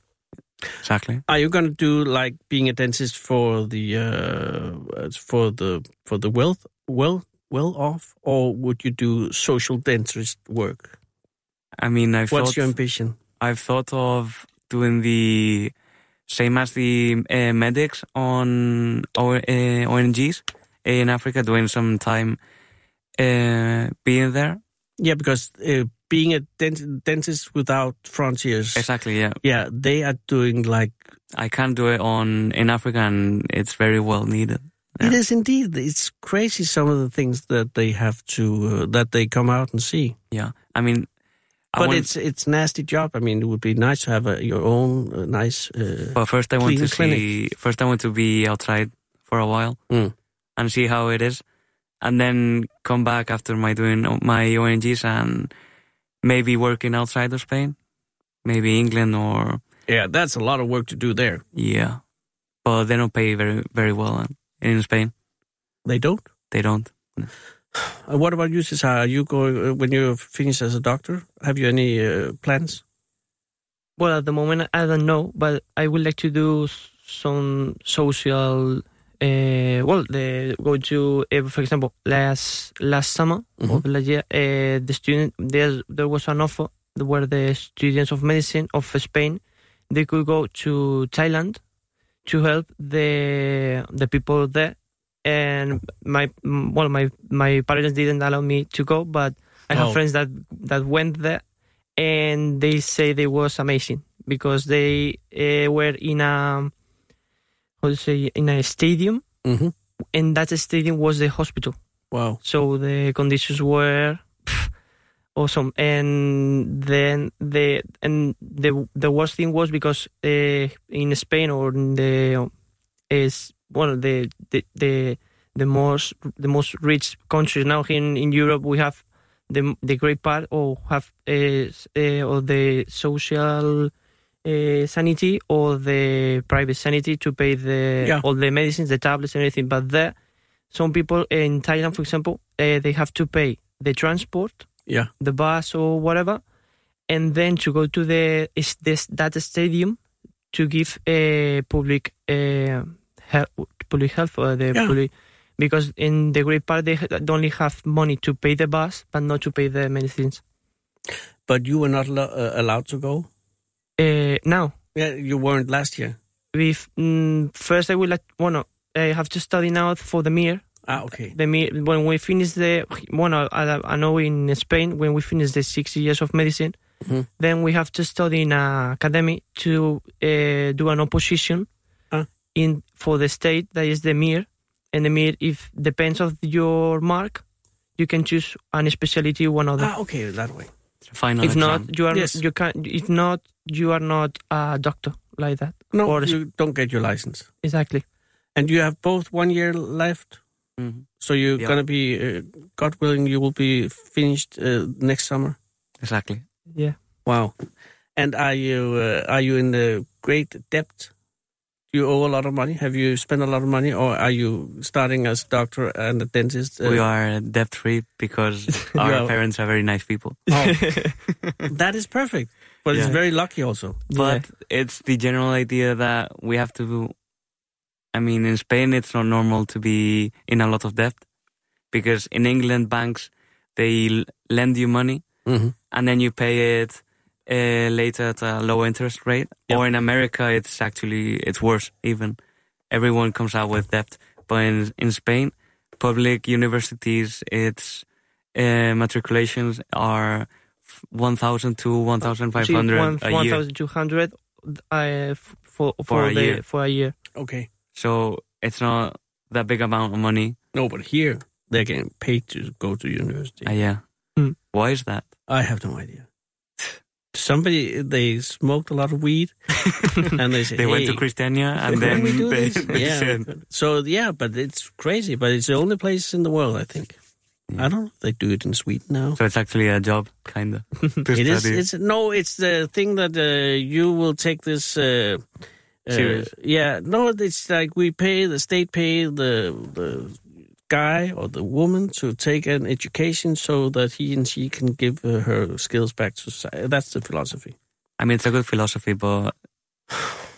Speaker 4: exactly
Speaker 3: Are you going to do like being a dentist for the uh, for the for the wealth well well off, or would you do social dentist work?
Speaker 4: i mean i
Speaker 3: What's
Speaker 4: thought
Speaker 3: your ambition?
Speaker 4: I've thought of doing the same as the uh, medics on or, uh, ONGs in Africa, doing some time uh, being there.
Speaker 3: Yeah, because uh, being a dent- dentist without frontiers.
Speaker 4: Exactly, yeah.
Speaker 3: Yeah, they are doing like
Speaker 4: I can't do it on in Africa, and it's very well needed.
Speaker 3: It
Speaker 4: Yeah.
Speaker 3: is indeed. It's crazy some of the things that they have to uh, that they come out and see.
Speaker 4: Yeah, I mean, I
Speaker 3: But
Speaker 4: want-
Speaker 3: it's it's nasty job. I mean, it would be nice to have a, your own uh, nice. Uh,
Speaker 4: But first, I want
Speaker 3: clean
Speaker 4: to see. First, I want to be outside for a while
Speaker 3: Mm.
Speaker 4: and see how it is, and then come back after my doing o- my ONGs and maybe working outside of Spain, maybe England or
Speaker 3: yeah, that's a lot of work to do there.
Speaker 4: yeah. But they don't pay very very well in- in Spain.
Speaker 3: They don't.
Speaker 4: They don't.
Speaker 3: And what about you, Cesar? Are you going uh, when you finish as a doctor? Have you any uh, plans?
Speaker 5: Well, at the moment, I don't know, but I would like to do s- some social. Uh, well, the, go to, uh, for example, last last summer
Speaker 3: Mhm.
Speaker 5: of last year, uh, the student there there was an offer where the students of medicine of Spain they could go to Thailand to help the the people there and my mm, well, my my parents didn't allow me to go, but I
Speaker 6: Oh.
Speaker 5: have friends that that went there, and they say they was amazing because they uh, were in a how to say in a stadium,
Speaker 3: Mm-hmm.
Speaker 5: and that stadium was the hospital.
Speaker 3: Wow.
Speaker 5: So the conditions were pff, awesome, and then the and the the worst thing was because uh, in Spain or in the is well the the the the most the most rich countries now here in, in Europe we have the the great part or have uh, s- uh, or the social uh, sanity or the private sanity to pay the
Speaker 3: Yeah.
Speaker 5: all the medicines the tablets and everything but there some people in Thailand, for example, uh, they have to pay the transport,
Speaker 3: Yeah.
Speaker 5: the bus or whatever, and then to go to the is this that stadium to give a public uh, health, public health or the
Speaker 3: Yeah.
Speaker 5: public because in the great part they ha- only have money to pay the bus but not to pay the medicines.
Speaker 3: But you were not lo- uh, allowed to go?
Speaker 5: Uh, now
Speaker 3: Yeah, you weren't last year.
Speaker 5: with mm, first I will let well no I have to study now for the mirror
Speaker 3: Ah, okay.
Speaker 5: the me- when we finish the one I, I know in Spain when we finish the six years of medicine,
Speaker 3: Mhm.
Speaker 5: then we have to study in a academy to uh, do an opposition
Speaker 3: Ah.
Speaker 5: in for the state that is the MIR, and the MIR if depends of your mark, you can choose an specialty one other.
Speaker 3: Ah, okay, that way.
Speaker 4: Final
Speaker 5: if
Speaker 4: exam.
Speaker 5: not, uh, you are
Speaker 3: Yes.
Speaker 5: you can if not you are not a doctor like that.
Speaker 3: No,
Speaker 5: Or-
Speaker 3: you don't get your license.
Speaker 5: Exactly.
Speaker 3: And you have both one year left,
Speaker 4: Mhm.
Speaker 3: so you're
Speaker 4: Yeah.
Speaker 3: going to be, uh, God willing, you will be finished uh, next summer.
Speaker 4: Exactly.
Speaker 5: Yeah.
Speaker 3: Wow. And are you uh, are you in the great debt? Do you owe a lot of money? Have you spent a lot of money, or are you starting as doctor and a dentist?
Speaker 4: we are debt free because our
Speaker 3: Yeah.
Speaker 4: parents are very nice people.
Speaker 5: [LAUGHS]
Speaker 3: Oh. that is perfect, but it's
Speaker 4: Yeah.
Speaker 3: very lucky also.
Speaker 5: Yeah.
Speaker 4: But it's the general idea that we have to. I mean, in Spain, it's not normal to be in a lot of debt because in England, banks they l- lend you money
Speaker 3: Mhm.
Speaker 4: and then you pay it uh, later at a low interest rate.
Speaker 3: Yeah.
Speaker 4: Or in America, it's actually it's worse. Even everyone comes out with debt, but in in Spain, public universities, it's uh, matriculations are one thousand to one thousand five hundred a year.
Speaker 5: 1,200 uh, f- for, for,
Speaker 4: For a
Speaker 5: the,
Speaker 4: year.
Speaker 5: For a year.
Speaker 3: Okay.
Speaker 4: So it's not that big amount of money.
Speaker 3: No, but here they're getting paid to go to university.
Speaker 4: Uh, yeah.
Speaker 3: Hmm.
Speaker 5: Mm.
Speaker 4: Why is that?
Speaker 3: I have no idea. Somebody they smoked a lot of
Speaker 4: [LAUGHS]
Speaker 3: weed, and they said
Speaker 4: They went
Speaker 3: "Hey,
Speaker 4: to
Speaker 3: [LAUGHS]
Speaker 4: Christiania and
Speaker 3: can
Speaker 4: then
Speaker 3: we do
Speaker 4: they,
Speaker 3: this?"
Speaker 4: [LAUGHS] they
Speaker 3: yeah.
Speaker 4: said,
Speaker 3: So yeah, but it's crazy. But it's the only place in the world, I think.
Speaker 4: Yeah.
Speaker 3: I don't know if they do it in Sweden now.
Speaker 4: So it's actually a job, kind
Speaker 3: [LAUGHS]
Speaker 4: of.
Speaker 3: It is. It's no. It's the thing that uh, you will take this. Uh, uh,
Speaker 4: Serious.
Speaker 3: yeah. No. It's like we pay the state pay the the guy or the woman to take an education so that he and she can give uh, her skills back to society. That's the philosophy.
Speaker 4: I mean, it's a good philosophy, but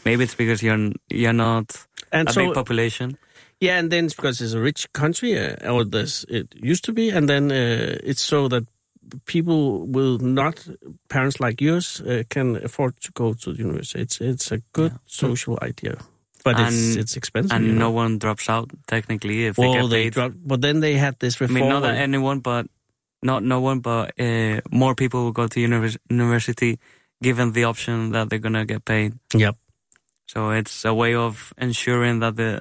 Speaker 4: maybe it's because you're you're not
Speaker 3: And
Speaker 4: a
Speaker 3: so
Speaker 4: big population.
Speaker 3: yeah, and then it's because it's a rich country uh, or this it used to be, and then uh, it's so that people will not parents like yours uh, can afford to go to the university. It's it's a good social idea, but it's
Speaker 4: And-
Speaker 3: it's expensive.
Speaker 4: And
Speaker 3: you know.
Speaker 4: no one drops out, technically, if they
Speaker 3: Well,
Speaker 4: get
Speaker 3: they
Speaker 4: paid.
Speaker 3: dropped, but then they had this
Speaker 4: I
Speaker 3: reform.
Speaker 4: mean, not that anyone, but not no one, but uh, more people will go to univers- university given the option that they're going to get paid.
Speaker 3: yep.
Speaker 4: So it's a way of ensuring that the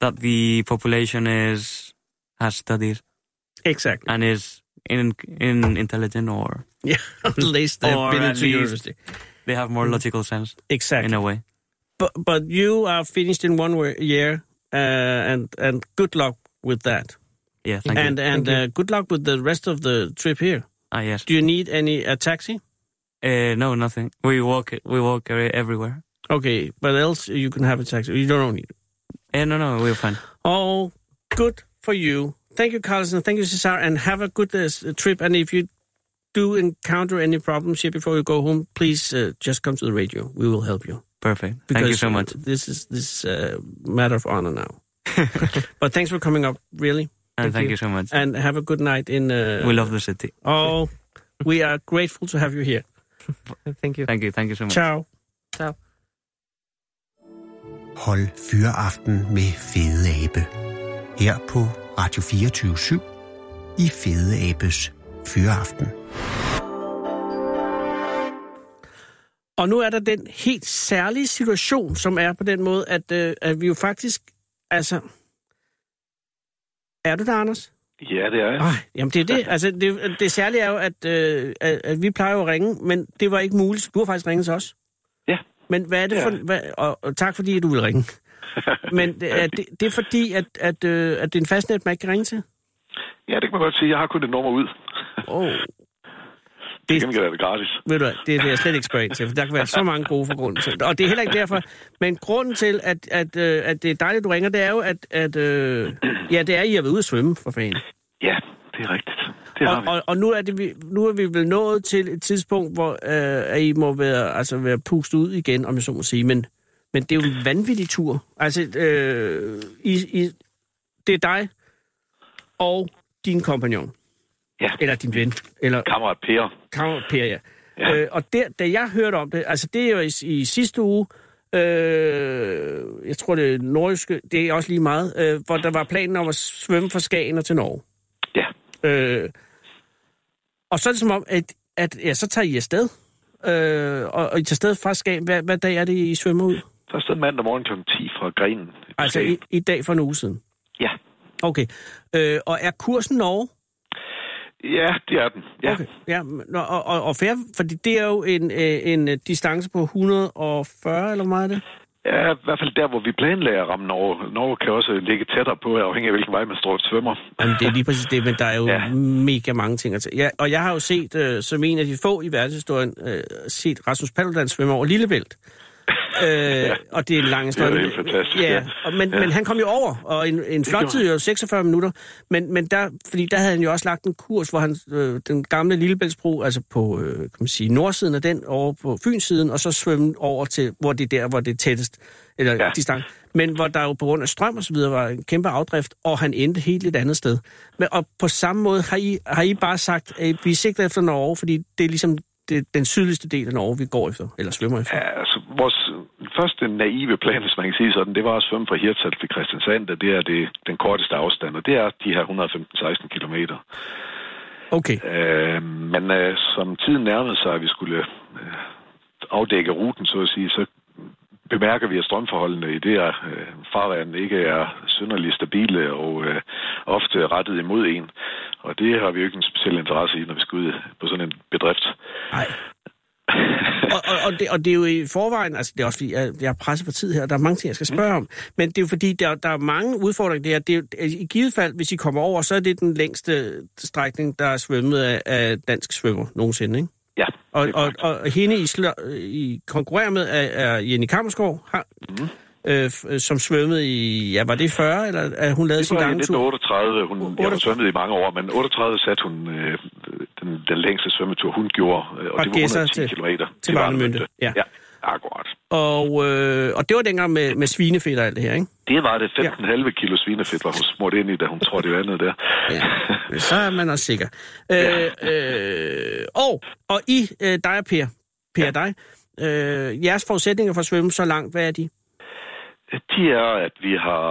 Speaker 4: that the population is has studies
Speaker 3: Exactly.
Speaker 4: and is in in intelligent or
Speaker 3: at least they've
Speaker 4: Or
Speaker 3: been
Speaker 4: [LAUGHS] at
Speaker 3: into
Speaker 4: least-
Speaker 3: university.
Speaker 4: they have
Speaker 3: Mm-hmm.
Speaker 4: more logical sense
Speaker 3: Exactly.
Speaker 4: in a way.
Speaker 3: But but you are finished in one wa- year, uh, and and good luck with that,
Speaker 4: Yeah, thank
Speaker 3: and
Speaker 4: you.
Speaker 3: and uh, good luck with the rest of the trip here.
Speaker 4: Ah, yes.
Speaker 3: Do you need any a taxi?
Speaker 4: Uh, no, nothing. We walk we walk e- everywhere.
Speaker 3: Okay, but else you can have a taxi. You don't need it.
Speaker 4: Eh, no, no, we're fine.
Speaker 3: Oh, good for you. Thank you, Carlson. Thank you, Cesar, and have a good uh, s- trip. And if you do encounter any problems here before you go home, please uh, just come to the radio. We will help you.
Speaker 4: Perfect. Thank you
Speaker 3: Because,
Speaker 4: so
Speaker 3: uh,
Speaker 4: much.
Speaker 3: This is this uh, matter of honor
Speaker 4: [LAUGHS]
Speaker 3: now. but thanks for coming up, really,
Speaker 4: And
Speaker 5: thank
Speaker 4: thank
Speaker 5: you.
Speaker 4: you so much.
Speaker 3: and have a good night. In uh,
Speaker 4: We love the city.
Speaker 3: oh, we are grateful to have you here.
Speaker 5: Thank you.
Speaker 4: Thank you. Thank you so much.
Speaker 3: Ciao.
Speaker 5: Ciao.
Speaker 1: Hold Fyraften med Fede Abe. her på Radio 24 i Fede Abes Fyraften.
Speaker 3: Og nu er der den helt særlige situation, som er på den måde, at, øh, at vi jo faktisk, altså... Er du der, Anders?
Speaker 6: Ja, det er jeg.
Speaker 3: Ej, jamen det er [LAUGHS] det. Altså, det, det særlige er jo, at, øh, at, at vi plejer jo at ringe, men det var ikke muligt. så Du har faktisk ringet til os.
Speaker 6: Ja.
Speaker 3: Men hvad er det
Speaker 6: Ja.
Speaker 3: for... Hvad, og, og tak fordi, at du vil [LAUGHS] ringe. Men det- er det, det er fordi, at, at, øh, at det er en fastnet, man ikke kan ringe til?
Speaker 6: Ja, det kan man godt sige. Jeg har kun et nummer ud.
Speaker 3: Oh.
Speaker 6: Det kan være gratis.
Speaker 3: Ved du hvad, det vil jeg slet ikke spørge ind til, for der kan være så mange gode forgrunde til. Og det er heller ikke derfor. Men grunden til, at, at, øh, at det er dejligt, du ringer, det er jo, at, at øh, ja, det er, I har været ude at svømme, for fanden.
Speaker 6: Ja, det er rigtigt. Det har
Speaker 3: Og,
Speaker 6: vi.
Speaker 3: og, og nu, er det, vi- nu er vi vel nået til et tidspunkt, hvor øh, at I må være, altså være pustet ud igen, om jeg så må sige. Men, men det er jo en vanvittig tur. Altså, øh, I, I, det er dig og din kompagnon.
Speaker 6: Ja.
Speaker 3: Eller din ven. Eller
Speaker 6: Kammerat Per.
Speaker 3: Kammerper, ja.
Speaker 6: Ja.
Speaker 3: Øh, og der, da jeg hørte om det, altså det er jo i, i sidste uge, øh, jeg tror det er nordiske, det er også lige meget, øh, hvor der var planen om at svømme fra Skagen og til Norge.
Speaker 6: Ja,
Speaker 3: Øh, og så er det som om, at, at ja, så tager I afsted. Øh, og, og I tager afsted fra Skagen. Hvad, hvad dag er det, I svømmer ud?
Speaker 6: så er det mandag morgen kl. 10 fra Grenen.
Speaker 3: Altså
Speaker 6: Okay.
Speaker 3: i, i dag for en uge siden.
Speaker 6: Ja.
Speaker 3: Okay. Øh, og er kursen Norge?
Speaker 6: Ja, det er den. Ja.
Speaker 3: Okay. ja men- nå, og, og, og fair, fordi det er jo en, øh, en øh, distance på 140, eller hvor meget er det?
Speaker 6: ja, i hvert fald der, hvor vi planlægger at ramme Norge. Norge kan også ligge tættere på, afhængig af hvilken vej man står og svømmer.
Speaker 3: Jamen, det er lige præcis det, men der er jo ja.
Speaker 6: Ja.
Speaker 3: mega mange ting at tage. Ja, og jeg har jo set, øh, som en af de få i verdenshistorien, øh, set Rasmus Paludan svømme over Lillebælt. øh, ja. Og det er en lang historie.
Speaker 6: Det er
Speaker 3: men-
Speaker 6: helt fantastisk,
Speaker 3: Ja,
Speaker 6: ja.
Speaker 3: Og, men, ja. men han kom jo over, og en, en flot
Speaker 6: gjorde
Speaker 3: tid, jo 46 minutter. Men, men der, fordi der havde han jo også lagt en kurs, hvor han, øh, den gamle Lillebæltsbro, altså på øh, kan man sige, nordsiden af den, over på Fynsiden, og så svømme over til, hvor det er der, hvor det er tættest, eller ja.
Speaker 6: Ja.
Speaker 3: distance. Men hvor der jo på grund af strøm og så videre var en kæmpe afdrift, og han endte helt et andet sted. Men, og på samme måde har I, har I bare sagt, at vi sigter efter Norge, fordi det er ligesom det, den sydligste del af Norge, vi går efter, eller svømmer efter.
Speaker 6: Ja, altså, vores første naive plan, hvis man kan sige sådan, det var at svømme fra Hirtshals til Christiansand, og det er det, den korteste afstand, og det er de her 115-16 kilometer.
Speaker 3: Okay.
Speaker 6: Øh, men øh, som tiden nærmede sig, at vi skulle øh, afdække ruten, så at sige, så bemærker vi, at strømforholdene i det her øh, farvand ikke er synderligt stabile og øh, ofte rettet imod en. Og det har vi jo ikke en speciel interesse i, når vi skal ud på sådan en bedrift.
Speaker 3: Nej. og, og, og, det, og det er jo i forvejen, altså det er også fordi, jeg, jeg er presset på tid her, og der er mange ting, jeg skal spørge om, men det er jo fordi, der, der er mange udfordringer der. Det er, jo- I givet fald, hvis I kommer over, så er det den længste strækning, der er svømmet af, af dansk svømmer nogensinde, ikke?
Speaker 6: Ja,
Speaker 3: Og,
Speaker 6: det er
Speaker 3: og,
Speaker 6: korrekt.
Speaker 3: og hende, I, slør, I konkurrerer med, er, er Jenny Kammerskov, har,
Speaker 6: Mhm.
Speaker 3: mm. øh, f- som svømmede i, ja, var det 40, eller at hun lavede
Speaker 6: Det
Speaker 3: sin
Speaker 6: var i
Speaker 3: lange tur?
Speaker 6: 1938. Hun, jeg har
Speaker 3: 38.
Speaker 6: svømmet i mange år, men 38 satte hun øh, den, den længste svømmetur, hun gjorde, øh, og,
Speaker 3: Og
Speaker 6: og det var
Speaker 3: det er så til-
Speaker 6: 110 km.
Speaker 3: til Warnemünde. Ja.
Speaker 6: ja, akkurat.
Speaker 3: Og, øh, og det var dengang med, med svinefedt og alt det her, ikke?
Speaker 6: Det var det 15,5 kilo svinefedt, var hun smurt ind i, da hun trådte i vandet der.
Speaker 3: Ja, så er man også sikker. Øh, øh, og, og I, øh, dig og Per, Per ja. dig, øh, jeres forudsætninger for at svømme så langt, hvad er de?
Speaker 6: [LAUGHS] De er, at vi har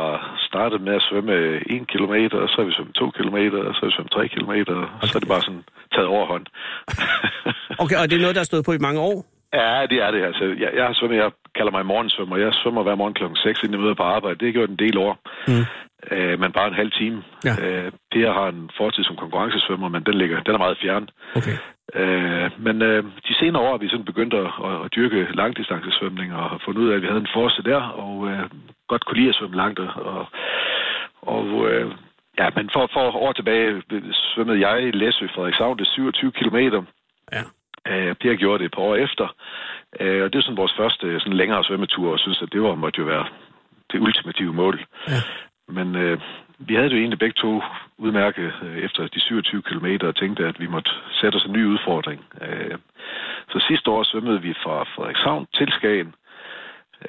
Speaker 6: startet med at svømme 1 km, og så har vi svømt 2 km, og så har vi svømt 3 km, og så er det bare sådan taget overhånd. [LAUGHS]
Speaker 3: Okay, og det er noget, der har stået på i mange år?
Speaker 6: Ja, det er det. Altså, jeg, jeg, har svømmet, jeg kalder mig morgensvømmer. Jeg svømmer hver morgen kl. 6, inden jeg møder på arbejde. Det har jeg gjort en del år. Mm. Øh, men bare en halv time.
Speaker 3: Ja.
Speaker 6: Øh, Per har en fortid som konkurrencesvømmer, men den, ligger, den er meget fjern.
Speaker 3: Okay.
Speaker 6: Øh, men øh, de senere år er vi sådan begyndt at, at, at dyrke langdistancesvømning og har fundet ud af, at vi havde en forse der, og øh, godt kunne lide at svømme langt. og- Og, og øh, ja, men for, for år tilbage svømmede jeg i Læsø, Frederikshavn, det er 27 kilometer.
Speaker 3: Ja.
Speaker 6: Øh, Per gjorde det et par år efter. Øh, og det er sådan vores første sådan længere svømmetur, og synes, at det var, måtte jo være det ultimative mål.
Speaker 3: Ja.
Speaker 6: Men øh, vi havde det jo egentlig begge to udmærket øh, efter de 27 km og tænkte, at vi måtte sætte os en ny udfordring. Øh, så sidste år svømmede vi fra Frederikshavn til Skagen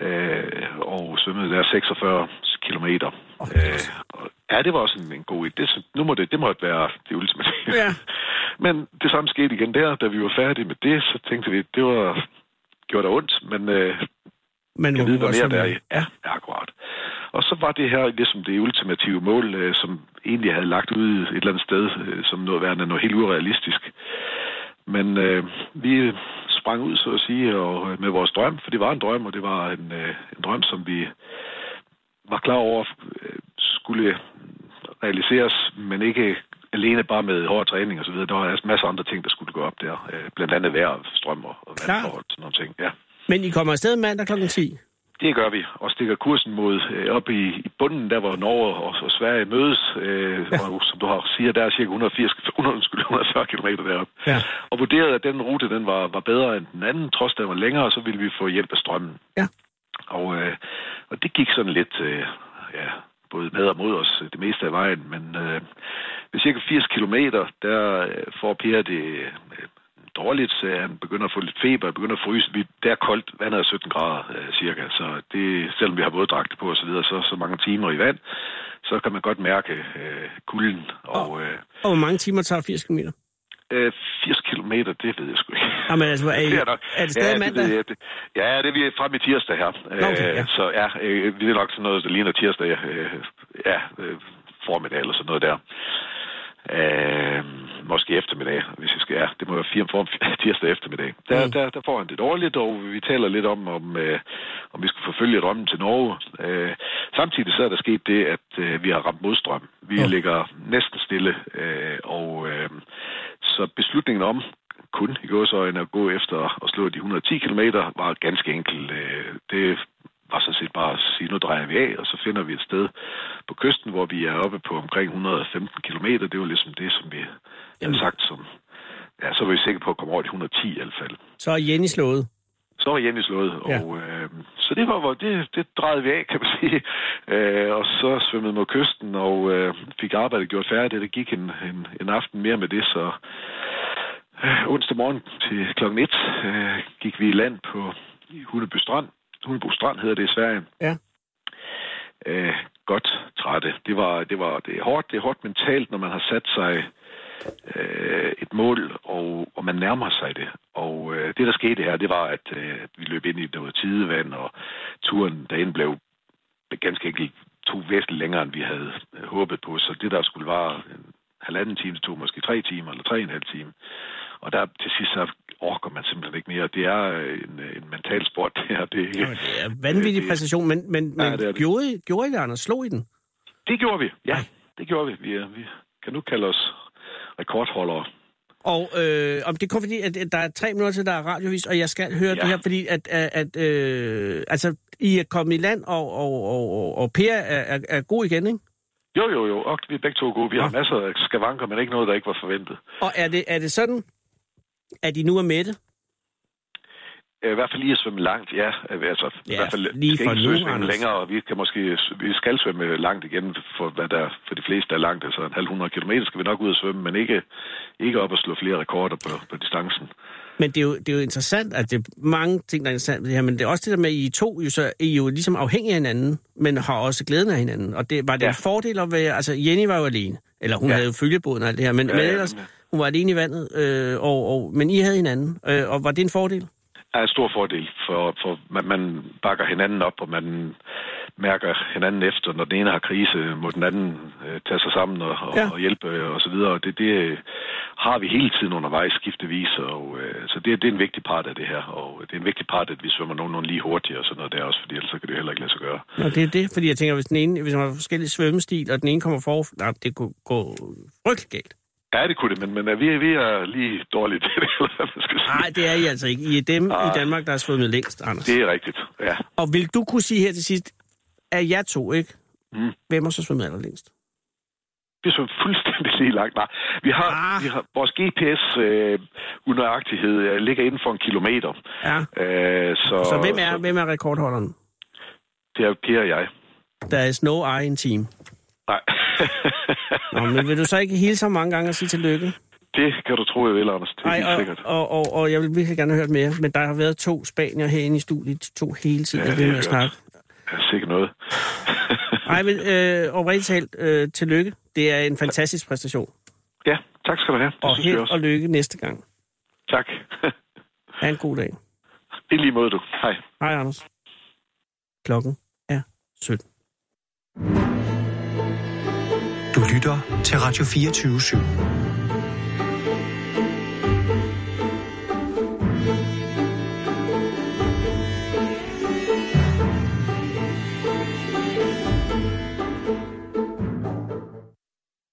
Speaker 6: øh, og svømmede der 46 km. Øh, og- ja, det var også en, en god idé. Det, nu må det, det måtte være det ultimative.
Speaker 3: Ja.
Speaker 6: [LAUGHS] Men det samme skete igen der, da vi var færdige med det, så tænkte vi, at det var gjorde da ondt, men øh,
Speaker 3: Men
Speaker 6: jeg ved,
Speaker 3: hvor-
Speaker 6: hvad mere
Speaker 3: hvor-
Speaker 6: der er i. Ja, akkurat. Og så var det her ligesom det ultimative mål, øh, som egentlig havde lagt ud et eller andet sted, øh, som noget værende noget helt urealistisk. Men øh, vi sprang ud, så at sige, og, øh, med vores drøm, for det var en drøm, og det var en, øh, en drøm, som vi var klar over øh, skulle realiseres, men ikke alene bare med hård træning og så videre. Der var altså masser af andre ting, der skulle gå op der. Øh, blandt andet vejr, og strøm og og
Speaker 3: Klart.
Speaker 6: vandforhold og sådan nogle ting. Ja.
Speaker 3: Men I kommer afsted mandag kl. 10.
Speaker 6: Det gør vi, og stikker kursen mod øh, op i, i bunden, der hvor Norge og, og Sverige mødes. Øh, ja. Og som du har siger, der er cirka 180, 100, [LAUGHS] undskyld, 140 km deroppe.
Speaker 3: Ja.
Speaker 6: Og vurderede, at den rute den var, var bedre end den anden, trods den var længere, så ville vi få hjælp af strømmen.
Speaker 3: Ja.
Speaker 6: Og, øh, og det gik sådan lidt, øh, ja, både med og mod os øh, det meste af vejen, men øh, ved cirka 80 km, der øh, får Per det øh, dårligt, så han begynder at få lidt feber, begynder at fryse. Vi, der er koldt, vandet er 17 grader øh, cirka, så det, selvom vi har våddragter på og så videre, så, så mange timer i vand, så kan man godt mærke øh, kulden. Og øh,
Speaker 3: Og hvor mange timer tager 80 km?
Speaker 6: øh, 80 km, det ved jeg sgu ikke.
Speaker 3: Jamen altså, er, I,
Speaker 6: [LAUGHS] Det nok.
Speaker 3: er det stadig
Speaker 6: ja,
Speaker 3: mandag?
Speaker 6: Det, ved jeg. det, ja, det er vi frem i tirsdag her.
Speaker 3: okay,
Speaker 6: Øh,
Speaker 3: ja.
Speaker 6: Så ja, øh, vi er nok sådan noget, der ligner tirsdag øh, ja, øh, formiddag eller sådan noget der. Øh, måske eftermiddag, hvis jeg skal. Ja, det må være fire form tirsdag eftermiddag. Der,
Speaker 3: Mm.
Speaker 6: mm. der, der får han det dårligt, og vi taler lidt om, om, øh, om vi skal forfølge drømmen til Norge. Øh, samtidig så er der sket det, at øh, vi har ramt modstrøm. Vi
Speaker 3: Ja.
Speaker 6: mm. ligger næsten stille, øh, og øh, så beslutningen om kun i gåsøjne at gå efter og slå de 110 km var ganske enkelt. Øh, det var sådan set bare at sige, nu drejer vi af, og så finder vi et sted på kysten, hvor vi er oppe på omkring 115 km. Det var ligesom det, som vi havde sagt, som, ja, så var vi sikre på at komme over de 110 i hvert fald.
Speaker 3: Så er Jenny slået.
Speaker 6: Så var Jenny slået, og
Speaker 3: Ja.
Speaker 6: øh, så det var, hvor det, det drejede vi af, kan man sige. Øh, og så svømmede mod kysten, og øh, fik arbejdet gjort færdigt. Det gik en, en, en aften mere med det, så øh, onsdag morgen til klokken 1 øh, gik vi i land på Hundeby Strand. Hundebo Strand hedder det i Sverige.
Speaker 3: Ja.
Speaker 6: Øh, godt trætte. Det var, det var det er hårdt. Det er hårdt mentalt, når man har sat sig øh, et mål, og, og man nærmer sig det. Og øh, det, der skete her, det var, at øh, vi løb ind i noget tidevand, og turen derinde blev ganske enkelt to væsentligt længere, end vi havde øh, håbet på. Så det, der skulle være en halvanden time, det tog måske tre timer, eller tre og en halv time. Og der til sidst, så orker man simpelthen ikke mere. Det er øh, en, øh, en mental sport, [LAUGHS] det her. Det,
Speaker 3: Jamen, det er vanvittig
Speaker 6: Øh, det-
Speaker 3: præcision, men, men, men
Speaker 6: Ja, det er det.
Speaker 3: gjorde, I, gjorde I det, Anders? Slog I den?
Speaker 6: det gjorde vi, ja. Det gjorde vi. Vi, er, vi kan nu kalde os rekordholdere.
Speaker 3: Og øh, om det er kun fordi, at at der er tre minutter til, der er radiovis, og jeg skal høre ja.
Speaker 6: Ja.
Speaker 3: det her, fordi at, at, at øh, altså, I er kommet i land, og, og, og, og, og Per er, er, er god igen, ikke?
Speaker 6: Jo, jo, jo. Og vi er begge to gode. Vi har
Speaker 3: Ja.
Speaker 6: masser af skavanker, men ikke noget, der ikke var forventet.
Speaker 3: Og er det, er det sådan, at I nu er mætte?
Speaker 6: Øh, I hvert fald lige at svømme langt, ja. Øh, Altså,
Speaker 3: Ja,
Speaker 6: i hvert fald,
Speaker 3: lige
Speaker 6: vi skal
Speaker 3: for
Speaker 6: ikke
Speaker 3: nu,
Speaker 6: søge svømme
Speaker 3: Anders.
Speaker 6: længere, og vi, kan måske, vi skal svømme langt igen, for, hvad der, for de fleste er langt, altså en halv hundrede kilometer skal vi nok ud og svømme, men ikke, ikke op og slå flere rekorder på, på distancen.
Speaker 3: Men det er, jo, det er jo interessant, at det er mange ting, der er interessant ved det her, men det er også det der med, at I er to jo, så I er jo ligesom afhængige af hinanden, men har også glæden af hinanden. Og det var det ja.
Speaker 6: Ja.
Speaker 3: en fordel at være, altså Jenny var jo alene, eller hun ja.
Speaker 6: Ja.
Speaker 3: havde jo følgebåden og alt det her, men, ja,
Speaker 6: Ja,
Speaker 3: men
Speaker 6: ja,
Speaker 3: ellers,
Speaker 6: men, ja.
Speaker 3: hun var alene i vandet, øh, og, og, men I havde hinanden, øh, og var det en fordel?
Speaker 6: er en stor fordel, for, for man, man bakker hinanden op, og man mærker hinanden efter, når den ene har krise, må den anden øh, tage sig sammen og, og,
Speaker 3: Ja.
Speaker 6: ja. og hjælpe øh, og så videre. Og det, det øh, har vi hele tiden undervejs skiftevis, og, øh, så det, det er en vigtig part af det her, og det er en vigtig part, at vi svømmer nogenlunde lige hurtigt og sådan noget der også, fordi ellers så kan det heller ikke lade sig gøre.
Speaker 3: Og det er det, fordi jeg tænker, hvis, den ene, hvis man har forskellige svømmestil, og den ene kommer for, nej, det kunne gå frygtelig galt.
Speaker 6: Ja, det kunne det, men, men er vi, vi er lige dårlige til det, [LAUGHS] eller hvad man skal sige.
Speaker 3: Nej, det er I altså ikke. I er dem Ej. i
Speaker 6: Nej.
Speaker 3: Danmark, der har svømmet længst, Anders.
Speaker 6: Det er rigtigt, ja.
Speaker 3: Og vil du kunne sige her til sidst, at jeg to, ikke? Mm.
Speaker 6: Mm.
Speaker 3: Hvem har så svømmet allerlængst?
Speaker 6: Vi så fuldstændig lige langt. Nej, vi har,
Speaker 3: Ah.
Speaker 6: ah. vi har vores GPS-unøjagtighed øh, ligger inden for en kilometer.
Speaker 3: Ja.
Speaker 6: Øh, så,
Speaker 3: Så hvem er, hvem er rekordholderen?
Speaker 6: Det er Per og jeg.
Speaker 3: Der er no I in team.
Speaker 6: Nej. [LAUGHS]
Speaker 3: Nå, men vil du så ikke hilse ham mange gange og sige tillykke?
Speaker 6: det kan du tro, jeg vil, Anders. Det er helt
Speaker 3: og,
Speaker 6: sikkert.
Speaker 3: og, og, og jeg vil virkelig gerne have hørt mere, men der har været to spanier herinde i studiet, to hele tiden,
Speaker 6: Ja,
Speaker 3: ja,
Speaker 6: det
Speaker 3: ved med
Speaker 6: har
Speaker 3: at
Speaker 6: jeg
Speaker 3: snakke.
Speaker 6: Ja, sikkert noget.
Speaker 3: Ej, men øh, oprigtigt talt, øh, tillykke. Det er en fantastisk præstation.
Speaker 6: ja, tak skal du have. Det
Speaker 3: Og
Speaker 6: synes jeg
Speaker 3: held
Speaker 6: også.
Speaker 3: og lykke næste gang.
Speaker 6: Tak. [LAUGHS]
Speaker 3: Ha' en god dag.
Speaker 6: I lige måde, du. Hej.
Speaker 3: Hej, Anders. Klokken er 17.
Speaker 1: Du lytter til Radio 24 /7.